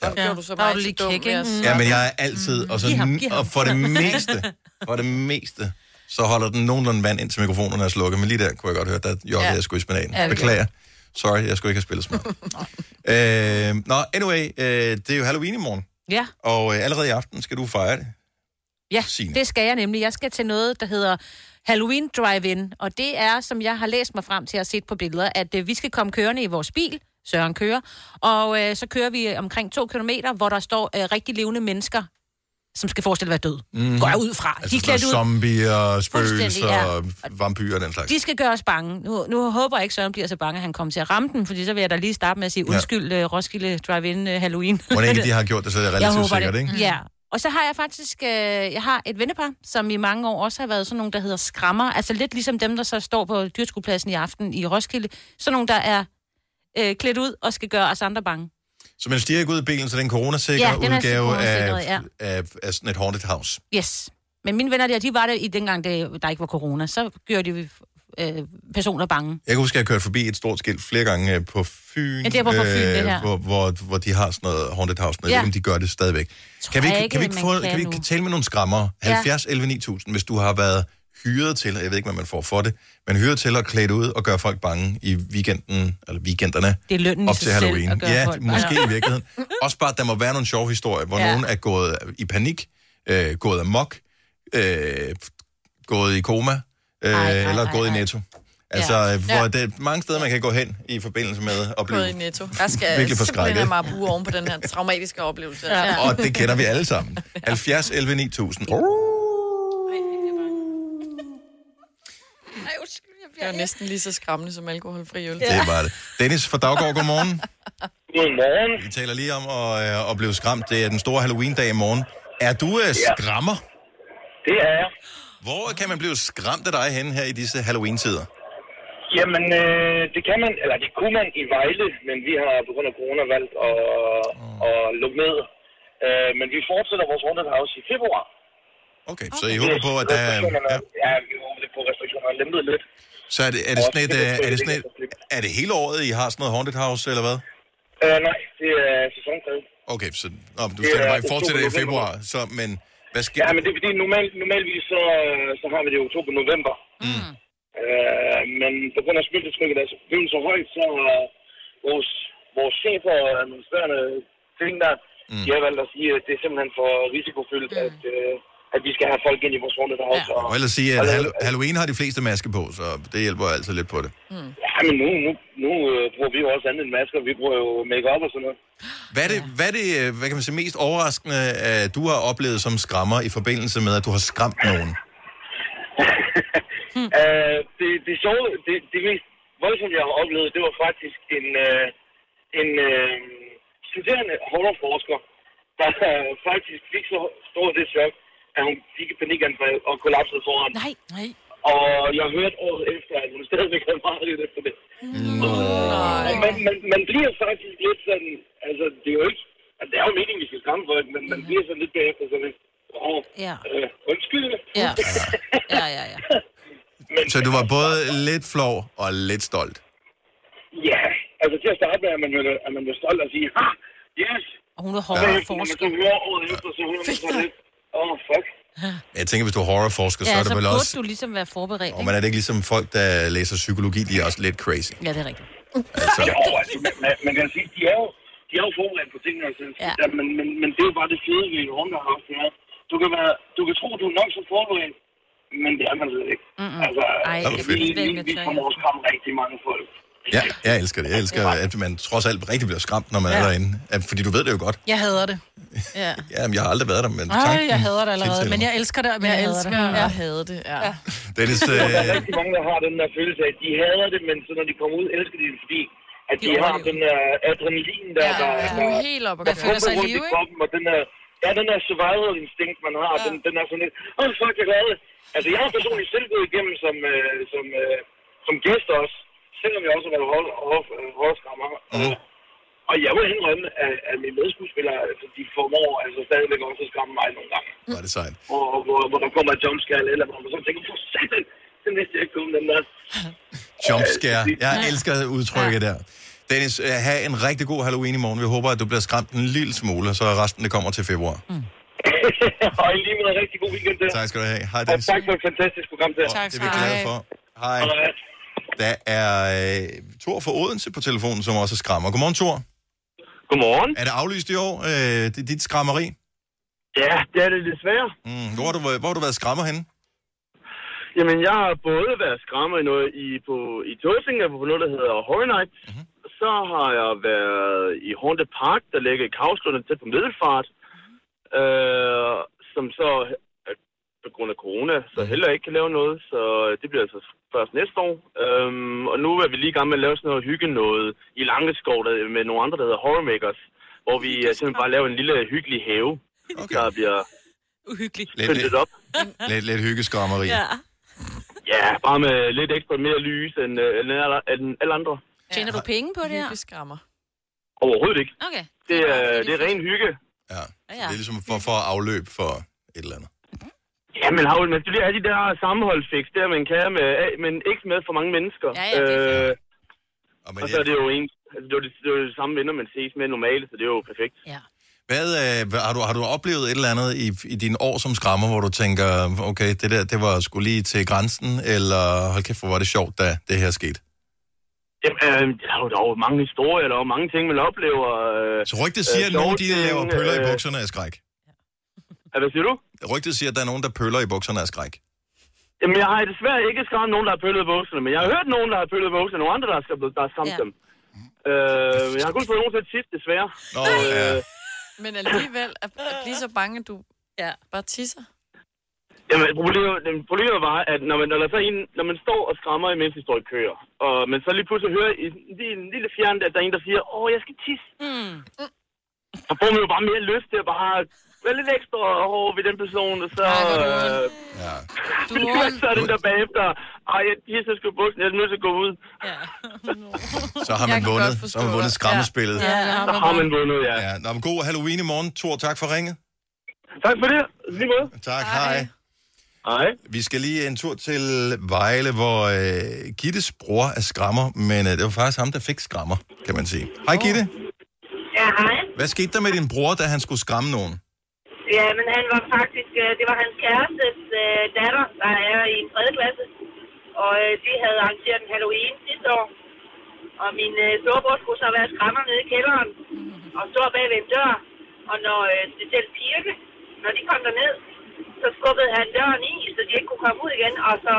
[SPEAKER 4] Der gjorde du så
[SPEAKER 3] Der var
[SPEAKER 4] meget
[SPEAKER 3] du
[SPEAKER 4] til
[SPEAKER 3] lige
[SPEAKER 4] dum
[SPEAKER 3] kæk,
[SPEAKER 4] ved at
[SPEAKER 3] ikke?
[SPEAKER 4] sige.
[SPEAKER 1] Ja, men jeg er altid, og, så,
[SPEAKER 4] Mm. Giv ham, giv ham.
[SPEAKER 1] og for det meste, for det meste, så holder den nogenlunde vand ind til mikrofonerne er slukket, men lige der kunne jeg godt høre, der joggede ja.
[SPEAKER 4] Ja.
[SPEAKER 1] jeg sgu i spinaten.
[SPEAKER 4] Ja, det
[SPEAKER 1] Beklager.
[SPEAKER 4] gjorde
[SPEAKER 1] Sorry, jeg skulle ikke have spillet smart.
[SPEAKER 4] <laughs>
[SPEAKER 1] øh, nå, anyway, øh, det er jo Halloween i morgen,
[SPEAKER 8] Ja,
[SPEAKER 1] og øh, allerede i aften skal du fejre det.
[SPEAKER 8] ja
[SPEAKER 1] Signe.
[SPEAKER 8] det skal jeg nemlig. Jeg skal til noget, der hedder Halloween Drive-In. Og det er, som jeg har læst mig frem til at set på billeder, at øh, vi skal komme kørende i vores bil. Søren kører. Og øh, så kører vi omkring to kilometer, hvor der står øh, rigtig levende mennesker som skal forestille at være død. Mm-hmm. Går jeg ud fra.
[SPEAKER 1] Altså
[SPEAKER 8] er
[SPEAKER 1] sådan
[SPEAKER 8] klædt
[SPEAKER 1] noget zombier,
[SPEAKER 8] Fuldstændig, ja.
[SPEAKER 1] spøgelser, vampyrer og den slags.
[SPEAKER 8] De skal gøre os bange. Nu, nu håber jeg ikke, Søren bliver så bange, at han kommer til at ramme den, fordi så vil jeg da lige starte med at sige,
[SPEAKER 1] Ja.
[SPEAKER 8] undskyld ja. Roskilde Drive-In øh, Halloween.
[SPEAKER 1] Må
[SPEAKER 8] <laughs>
[SPEAKER 1] ikke, de har gjort det, så er det
[SPEAKER 8] Jeg
[SPEAKER 1] relativt
[SPEAKER 8] håber
[SPEAKER 1] sikkert,
[SPEAKER 8] det.
[SPEAKER 1] ikke?
[SPEAKER 8] Ja. Og så har jeg faktisk, øh, jeg har et vennepar, som i mange år også har været sådan nogle, der hedder skrammer. Altså lidt ligesom dem, der så står på dyrskuepladsen i aften i Roskilde. Sådan nogle, der er øh, klædt ud og skal gøre os andre bange.
[SPEAKER 1] Så man stiger ikke ud af bilen, så det er en coronasikker
[SPEAKER 8] Ja, den er
[SPEAKER 1] udgave af,
[SPEAKER 8] coronasikret, ja.
[SPEAKER 1] af, af, sådan et haunted house.
[SPEAKER 8] Yes. Men mine venner der, de var der i dengang, det, der ikke var corona. Så gjorde de øh, personer bange.
[SPEAKER 1] Jeg kan huske, at jeg kørte forbi et stort skilt flere gange øh, på Fyn, øh,
[SPEAKER 8] Ja, det var på Fyn, det her.
[SPEAKER 1] hvor, hvor, hvor de har sådan noget haunted house. noget.
[SPEAKER 8] Ja.
[SPEAKER 1] Jeg ved ikke, om de gør det stadigvæk. Kan vi,
[SPEAKER 8] jeg
[SPEAKER 1] ikke,
[SPEAKER 8] ikke,
[SPEAKER 1] kan vi ikke,
[SPEAKER 8] man
[SPEAKER 1] få,
[SPEAKER 8] kan
[SPEAKER 1] kan vi
[SPEAKER 8] nu.
[SPEAKER 1] ikke tale med nogle skrammer?
[SPEAKER 8] Ja.
[SPEAKER 1] 70 11 9000, hvis du har været hyret til, jeg ved ikke, hvad man får for det, men hyret til at klæde ud og gøre folk bange i weekenden, eller weekenderne,
[SPEAKER 8] Det er lønnen i
[SPEAKER 1] op
[SPEAKER 8] sig
[SPEAKER 1] til
[SPEAKER 8] selv
[SPEAKER 1] Halloween.
[SPEAKER 8] at gøre
[SPEAKER 1] ja,
[SPEAKER 8] folk
[SPEAKER 1] måske
[SPEAKER 8] bange.
[SPEAKER 1] i virkeligheden.
[SPEAKER 8] <laughs>
[SPEAKER 1] Også bare, at der må være nogle sjove historier, hvor
[SPEAKER 8] Ja.
[SPEAKER 1] ja. nogen er gået i panik, øh, gået amok, øh, gået i koma, øh,
[SPEAKER 4] Ej, ej,
[SPEAKER 1] eller
[SPEAKER 4] ej,
[SPEAKER 1] gået
[SPEAKER 4] ej.
[SPEAKER 1] i netto. Altså,
[SPEAKER 4] Ja.
[SPEAKER 1] ja. hvor
[SPEAKER 4] Ja.
[SPEAKER 1] det er mange steder, man kan gå hen i forbindelse med at blive...
[SPEAKER 4] Gået i netto. Jeg skal
[SPEAKER 1] virkelig
[SPEAKER 4] simpelthen
[SPEAKER 1] forskrækket.
[SPEAKER 4] have mig bue oven på den her traumatiske oplevelse.
[SPEAKER 1] Ja. Og det kender vi alle
[SPEAKER 4] <laughs>
[SPEAKER 1] sammen. 70, 11, 9000.
[SPEAKER 4] Det er jo næsten lige så skræmmende som alkoholfri øl.
[SPEAKER 1] Det var det. Dennis fra Daggård, godmorgen.
[SPEAKER 10] Godmorgen.
[SPEAKER 1] Vi taler lige om at, øh, at blive skræmt. Det er den store Halloween-dag i morgen. Er du øh, skræmmer?
[SPEAKER 10] Det er jeg.
[SPEAKER 1] Hvor kan man blive skræmt af dig henne her i disse Halloween-tider?
[SPEAKER 10] Jamen, øh, det kan man, eller det kunne man i Vejle, men vi har på grund af corona valgt at, at lukke ned. Øh, men vi fortsætter vores haunted house i februar.
[SPEAKER 1] Okay, så I håber på, at der er...
[SPEAKER 10] Restriktionerne- Ja, vi håber lidt på, at restriktionerne er lempet lidt.
[SPEAKER 1] Så er det, er det sådan et, øh, er det sådan et, er det hele året, I har sådan noget haunted house, eller hvad?
[SPEAKER 10] Øh, nej, det er sæsonpræget.
[SPEAKER 1] Okay, så nå, men du
[SPEAKER 10] Det
[SPEAKER 1] stiller
[SPEAKER 10] er
[SPEAKER 1] bare i fortsætter i
[SPEAKER 10] oktober,
[SPEAKER 1] februar, så, men hvad sker
[SPEAKER 10] Ja, men det er fordi, normalt, normalvis så, øh, så har vi det i oktober-november.
[SPEAKER 1] Mm.
[SPEAKER 10] Øh, men på grund af smittetrykket, der er så- blevet så højt, så øh, vores, vores chefer og administrerende ting der, mm. de har valgt at sige, at det er simpelthen for risikofyldt, mm. at, øh, at vi skal have folk ind i vores runde derovre. Ja.
[SPEAKER 1] Og ellers sige, at Hall- Halloween har de fleste maske på, så det hjælper jo altid lidt på det.
[SPEAKER 10] Ja, men nu, nu, nu øh, bruger vi jo også andet end masker. Vi bruger jo makeup og sådan noget.
[SPEAKER 1] Hvad er det, hvad, er det, øh, hvad kan man sige, mest overraskende, at du har oplevet som skræmmer i forbindelse med, at du har skræmt nogen?
[SPEAKER 8] Hmm.
[SPEAKER 10] Øh, det, det sjove, det, det mest voldsomme, jeg har oplevet, det var faktisk en, øh, en øh, studerende horrorforsker, der øh, faktisk fik så stort det chok, at hun fik et panikanfald og kollapsede foran.
[SPEAKER 8] Nej, nej.
[SPEAKER 10] Og jeg hørte året efter, at hun stadigvæk havde mareridt efter det.
[SPEAKER 24] Nej.
[SPEAKER 10] Og man, man, man bliver faktisk lidt sådan, altså det er jo ikke, altså, det er jo meningen, vi skal skamme folk, men man bliver sådan lidt bagefter sådan lidt, åh,
[SPEAKER 8] Ja.
[SPEAKER 10] øh, undskyld. <laughs>
[SPEAKER 8] Ja. Ja, ja, ja.
[SPEAKER 1] Så du var både lidt flov og lidt stolt.
[SPEAKER 10] Ja, altså til at starte med, at man jo at man jo stolt og sige, ha, yes.
[SPEAKER 8] Og hun er
[SPEAKER 1] hård
[SPEAKER 10] forsker. Når man så hører året efter, så hører man sådan lidt, åh, oh, fuck.
[SPEAKER 1] Jeg tænker, hvis du er horrorforsker, så
[SPEAKER 8] Ja,
[SPEAKER 1] er
[SPEAKER 8] så
[SPEAKER 1] det vel
[SPEAKER 8] burde
[SPEAKER 1] også...
[SPEAKER 8] du ligesom være forberedt,
[SPEAKER 1] Og man er det ikke ligesom folk, der læser psykologi, de er også lidt crazy.
[SPEAKER 8] Ja, det er rigtigt.
[SPEAKER 1] Altså,
[SPEAKER 10] Jo, altså, man, man, man kan sige, de er jo, de er jo forberedt på tingene, altså,
[SPEAKER 8] Ja.
[SPEAKER 10] ja. men, men, men det er jo bare det fede ved Ronda har haft, ja. Du kan, være, du kan tro, du er nok så forberedt, men det er man slet ikke.
[SPEAKER 8] Mm-mm.
[SPEAKER 10] Altså,
[SPEAKER 1] Ej, det er
[SPEAKER 10] vi,
[SPEAKER 1] fedt.
[SPEAKER 10] vi, vi kommer også frem rigtig mange folk.
[SPEAKER 1] ja, jeg elsker det. Jeg elsker, at man trods alt rigtig bliver skræmt, når man
[SPEAKER 3] Ja.
[SPEAKER 1] er derinde. At- Fordi du ved det jo godt.
[SPEAKER 3] Jeg hader det. Ja.
[SPEAKER 1] Jamen, jeg har aldrig været der, <laughs> men
[SPEAKER 3] Ej,
[SPEAKER 1] tanken
[SPEAKER 3] jeg hader det allerede,
[SPEAKER 1] tiltaler
[SPEAKER 3] men
[SPEAKER 1] mig.
[SPEAKER 3] jeg elsker det, men jeg,
[SPEAKER 4] Jeg
[SPEAKER 3] elsker
[SPEAKER 4] elsker
[SPEAKER 3] det.
[SPEAKER 4] at hade det, ja. ja.
[SPEAKER 1] Dennis, øh,
[SPEAKER 10] Der <laughs> er rigtig mange, der har den der følelse af, at de hader det, men så når de kommer ud, elsker de det, fordi at de
[SPEAKER 4] De
[SPEAKER 10] har
[SPEAKER 4] overlever.
[SPEAKER 10] den der adrenalin, der,
[SPEAKER 4] Ja,
[SPEAKER 10] der,
[SPEAKER 4] ja.
[SPEAKER 10] der,
[SPEAKER 4] Du er helt oppe at
[SPEAKER 10] der
[SPEAKER 4] køre.
[SPEAKER 10] pumper
[SPEAKER 4] Føler sig i
[SPEAKER 10] rundt
[SPEAKER 4] live,
[SPEAKER 10] i
[SPEAKER 4] ikke?
[SPEAKER 10] kroppen, og den der, ja, den der survival instinkt, man har, den, den er sådan lidt, åh, oh, fuck, jeg lavede det. Altså, jeg har personligt selv gået igennem som, øh, som, øh, som gæst også, selvom jeg også har været hård- hård- øh, hårdskrammer. Mm. Og jeg må indrømme, at, at mine medskuespillere, altså, de formår altså, stadigvæk også at skræmme mig nogle gange
[SPEAKER 1] Var det sejt.
[SPEAKER 10] hvor, hvor, hvor der kommer et jumpscare, eller hvor man så tænker, for satan, den vidste jeg ikke om den
[SPEAKER 4] <laughs>
[SPEAKER 10] der. <laughs>
[SPEAKER 1] Jumpscare. Jeg elsker udtrykket der. Dennis, øh, have en rigtig god Halloween i morgen. Vi håber, at du bliver skræmt en lille smule, og så resten det kommer til februar.
[SPEAKER 10] og i lige måde, en rigtig god weekend der.
[SPEAKER 1] Tak skal du have. Hej,
[SPEAKER 10] Og
[SPEAKER 1] Dennis.
[SPEAKER 10] tak for et fantastisk program der.
[SPEAKER 1] Tak, det er vi glade for. Hej. Der er øh, Thor fra Odense på telefonen, som også er skræmmer. Godmorgen, Thor.
[SPEAKER 23] Godmorgen.
[SPEAKER 1] Er det aflyst i år, øh, det, er dit skræmmeri?
[SPEAKER 23] Ja, det er det desværre.
[SPEAKER 1] Mm, hvor, har du, hvor har du været skræmmer henne?
[SPEAKER 23] Jamen, jeg har både været skræmmer i noget i, på, i Tåsinger på noget, der hedder Horror Night.
[SPEAKER 1] Mhm.
[SPEAKER 23] Mm-hmm. Så har jeg været i Haunted Park, der ligger i Kavslunde tæt på Middelfart. Øh, så som så øh, på grund af corona, så
[SPEAKER 1] Mhm.
[SPEAKER 23] heller ikke kan lave noget, så det bliver altså først næste år. Øhm, og nu er vi lige i gang med at lave sådan noget hygge noget i Langeskov der- med nogle andre, der hedder Horrormakers, hvor vi øh, simpelthen bare laver en lille hyggelig have, okay. der bliver
[SPEAKER 3] uhyggeligt
[SPEAKER 1] Lidt-
[SPEAKER 23] pyntet op.
[SPEAKER 1] Lidt, lidt hyggeskommeri. Ja.
[SPEAKER 23] Ja, bare med lidt ekstra mere lys end, øh, end, alle, end alle andre.
[SPEAKER 10] Tjener du penge på det her?
[SPEAKER 4] skrammer.
[SPEAKER 23] Overhovedet ikke.
[SPEAKER 10] Okay.
[SPEAKER 23] Det er, det er ren hygge.
[SPEAKER 1] Det er ligesom for, for afløb for et eller andet.
[SPEAKER 23] Ja, men Havl, man skal lige have de der sammenholdsfix, der man kan, med, men ikke med for mange mennesker.
[SPEAKER 10] Ja, ja, det er
[SPEAKER 23] øh, og, og så er det jo en, altså, det, er jo de, det er jo de samme venner, man ses med normalt, så det er jo perfekt.
[SPEAKER 10] Ja.
[SPEAKER 1] Hvad, øh, hvad- har, du, har du oplevet et eller andet i, i dine år som skrammer, hvor du tænker, okay, det der, det var sgu lige til grænsen, eller hold kæft, hvor var det sjovt, da det her skete?
[SPEAKER 23] Jamen, øh, der er jo der er jo mange historier, der er jo mange ting, man oplever. Øh,
[SPEAKER 1] Så rygtet siger, at nogen de laver pøller i bukserne af skræk.
[SPEAKER 23] Ja, hvad siger du?
[SPEAKER 1] Rygtet siger, at der er nogen, der pøller i bukserne af skræk.
[SPEAKER 23] Jamen, jeg har desværre ikke skræmt nogen, der har pøllet bukserne, men jeg har hørt nogen, der har pøllet bukserne, nogle andre, der har skræmt, der har skræmt ja.
[SPEAKER 4] Ja.
[SPEAKER 23] dem. Øh, men jeg har kun fået nogen til at tisse, desværre.
[SPEAKER 1] Nå,
[SPEAKER 23] øh,
[SPEAKER 4] Men alligevel er, er lige så bange, at du ja. bare tisser.
[SPEAKER 23] Jamen, problemet, jamen, problemet var, at når man, når, der så en, når man står og skræmmer, imens vi står i køer, og man så lige pludselig hører i en lille, en lille fjern, at der er en, der siger, åh, jeg skal tisse.
[SPEAKER 10] Mm.
[SPEAKER 23] Så får man jo bare mere lyst til at bare være lidt ekstra hård ved den person, og så... Øh,
[SPEAKER 1] ja.
[SPEAKER 23] Du <laughs> så er den der bagefter, ej, jeg tisser sgu i bukserne, jeg er nødt til at gå ud.
[SPEAKER 1] Så har man vundet, så har man vundet skræmmespillet.
[SPEAKER 23] Ja, ja, så har man vundet, ja.
[SPEAKER 1] ja. Nå, men god Halloween i morgen, Thor. Tak for ringet.
[SPEAKER 23] Tak for det. Lige måde.
[SPEAKER 1] Tak, hej.
[SPEAKER 23] Hej.
[SPEAKER 1] Vi skal lige en tur til Vejle, hvor øh, Gittes bror er skrammer, men øh, det var faktisk ham, der fik skrammer, kan man sige. Hej Gitte.
[SPEAKER 20] Ja, hej.
[SPEAKER 1] Hvad skete der med din bror, da han skulle skræmme nogen?
[SPEAKER 20] Ja, men han var faktisk, øh, det var hans kærestes øh, datter, der er i 3. klasse. Og øh, de havde arrangeret en Halloween sidste år. Og min øh, storebror skulle så være skræmmer nede i kælderen og stå bag ved en dør. Og når øh, specielt pigerne, når de kom derned, så skubbede han døren i, så de ikke kunne komme ud igen. Og så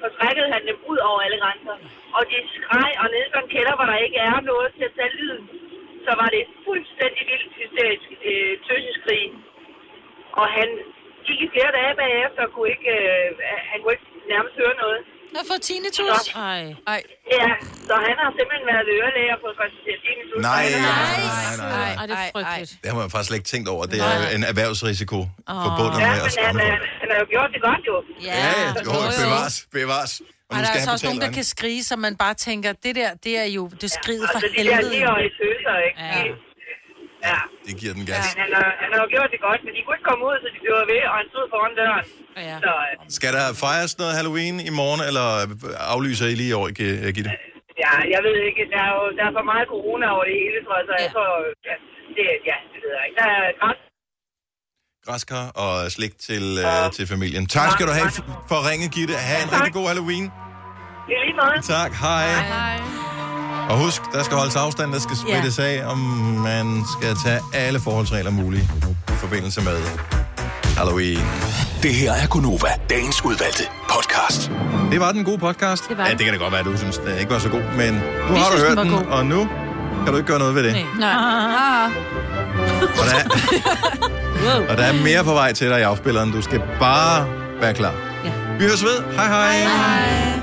[SPEAKER 20] forskrækkede han dem ud over alle grænser. Og de skreg, og nede på en kælder, hvor der ikke er noget til at tage lyden, så var det et fuldstændig vildt hysterisk øh, tøseskrig. Og han gik i flere dage bagefter og kunne ikke, øh, han kunne ikke nærmest høre noget.
[SPEAKER 3] Jeg har fået tinnitus.
[SPEAKER 20] Så-
[SPEAKER 3] Ej.
[SPEAKER 4] Ej.
[SPEAKER 20] Ja, så han har simpelthen været ørelæger på konsultationen.
[SPEAKER 1] Nej, nej, nej, nej. nej.
[SPEAKER 20] Ej, det er frygteligt.
[SPEAKER 1] Det har man faktisk slet ikke tænkt over. Det er jo en erhvervsrisiko forbundet
[SPEAKER 20] Ja,
[SPEAKER 1] med
[SPEAKER 20] men
[SPEAKER 1] at
[SPEAKER 20] han,
[SPEAKER 1] skræmme
[SPEAKER 20] øh,
[SPEAKER 1] nogen.
[SPEAKER 20] han har jo gjort det godt jo.
[SPEAKER 1] Ja, jo, bevares, bevares. Og
[SPEAKER 3] Ej,
[SPEAKER 1] nu
[SPEAKER 3] der er
[SPEAKER 1] skal
[SPEAKER 3] altså
[SPEAKER 1] han
[SPEAKER 3] også nogen,
[SPEAKER 1] betale
[SPEAKER 3] der kan
[SPEAKER 1] regningen.
[SPEAKER 3] skrige, så man bare tænker, det der, det er jo, det skrider for
[SPEAKER 20] Altså, de der
[SPEAKER 3] helvede.
[SPEAKER 20] 10-årige tøser, ikke? Ja. Ja,
[SPEAKER 1] Det giver den
[SPEAKER 20] ja.
[SPEAKER 1] gas.
[SPEAKER 20] Han, har, han har jo gjort det godt, men de kunne ikke komme ud, så de blev ved, og han stod foran døren. Ja. Så øh,
[SPEAKER 1] Skal der fejres noget Halloween i morgen, eller aflyser I lige i år, Gi- Gitte?
[SPEAKER 20] ja, jeg ved ikke, der er jo der er for meget corona over det hele, tror jeg, så jeg tror, øh, ja, det, ja, det ved jeg ikke. Der er græs
[SPEAKER 1] Græskar og slik til, øh, til familien. Tak skal du have f- for at ringe, Gitte. Ha' en rigtig god
[SPEAKER 20] i
[SPEAKER 1] Halloween.
[SPEAKER 20] lige måde.
[SPEAKER 1] Tak, hej. Og husk, der skal holdes afstand, der skal sprittes af, og man skal tage alle forholdsregler mulige i forbindelse med Halloween.
[SPEAKER 25] Det her er Gunova, dagens udvalgte podcast.
[SPEAKER 1] Det var den gode podcast. Det
[SPEAKER 25] var
[SPEAKER 1] ja,
[SPEAKER 25] den.
[SPEAKER 1] det kan da godt være, at du synes, den ikke var så god, men nu
[SPEAKER 25] Vi
[SPEAKER 1] har du
[SPEAKER 25] synes,
[SPEAKER 1] hørt
[SPEAKER 25] den
[SPEAKER 1] den,
[SPEAKER 25] var god.
[SPEAKER 1] og nu kan du ikke gøre noget ved det.
[SPEAKER 4] Ah.
[SPEAKER 3] Nej.
[SPEAKER 1] Og der, er, og der er mere på vej til dig i afspilleren. Du skal bare være klar. Vi høres ved. Hej hej. hej.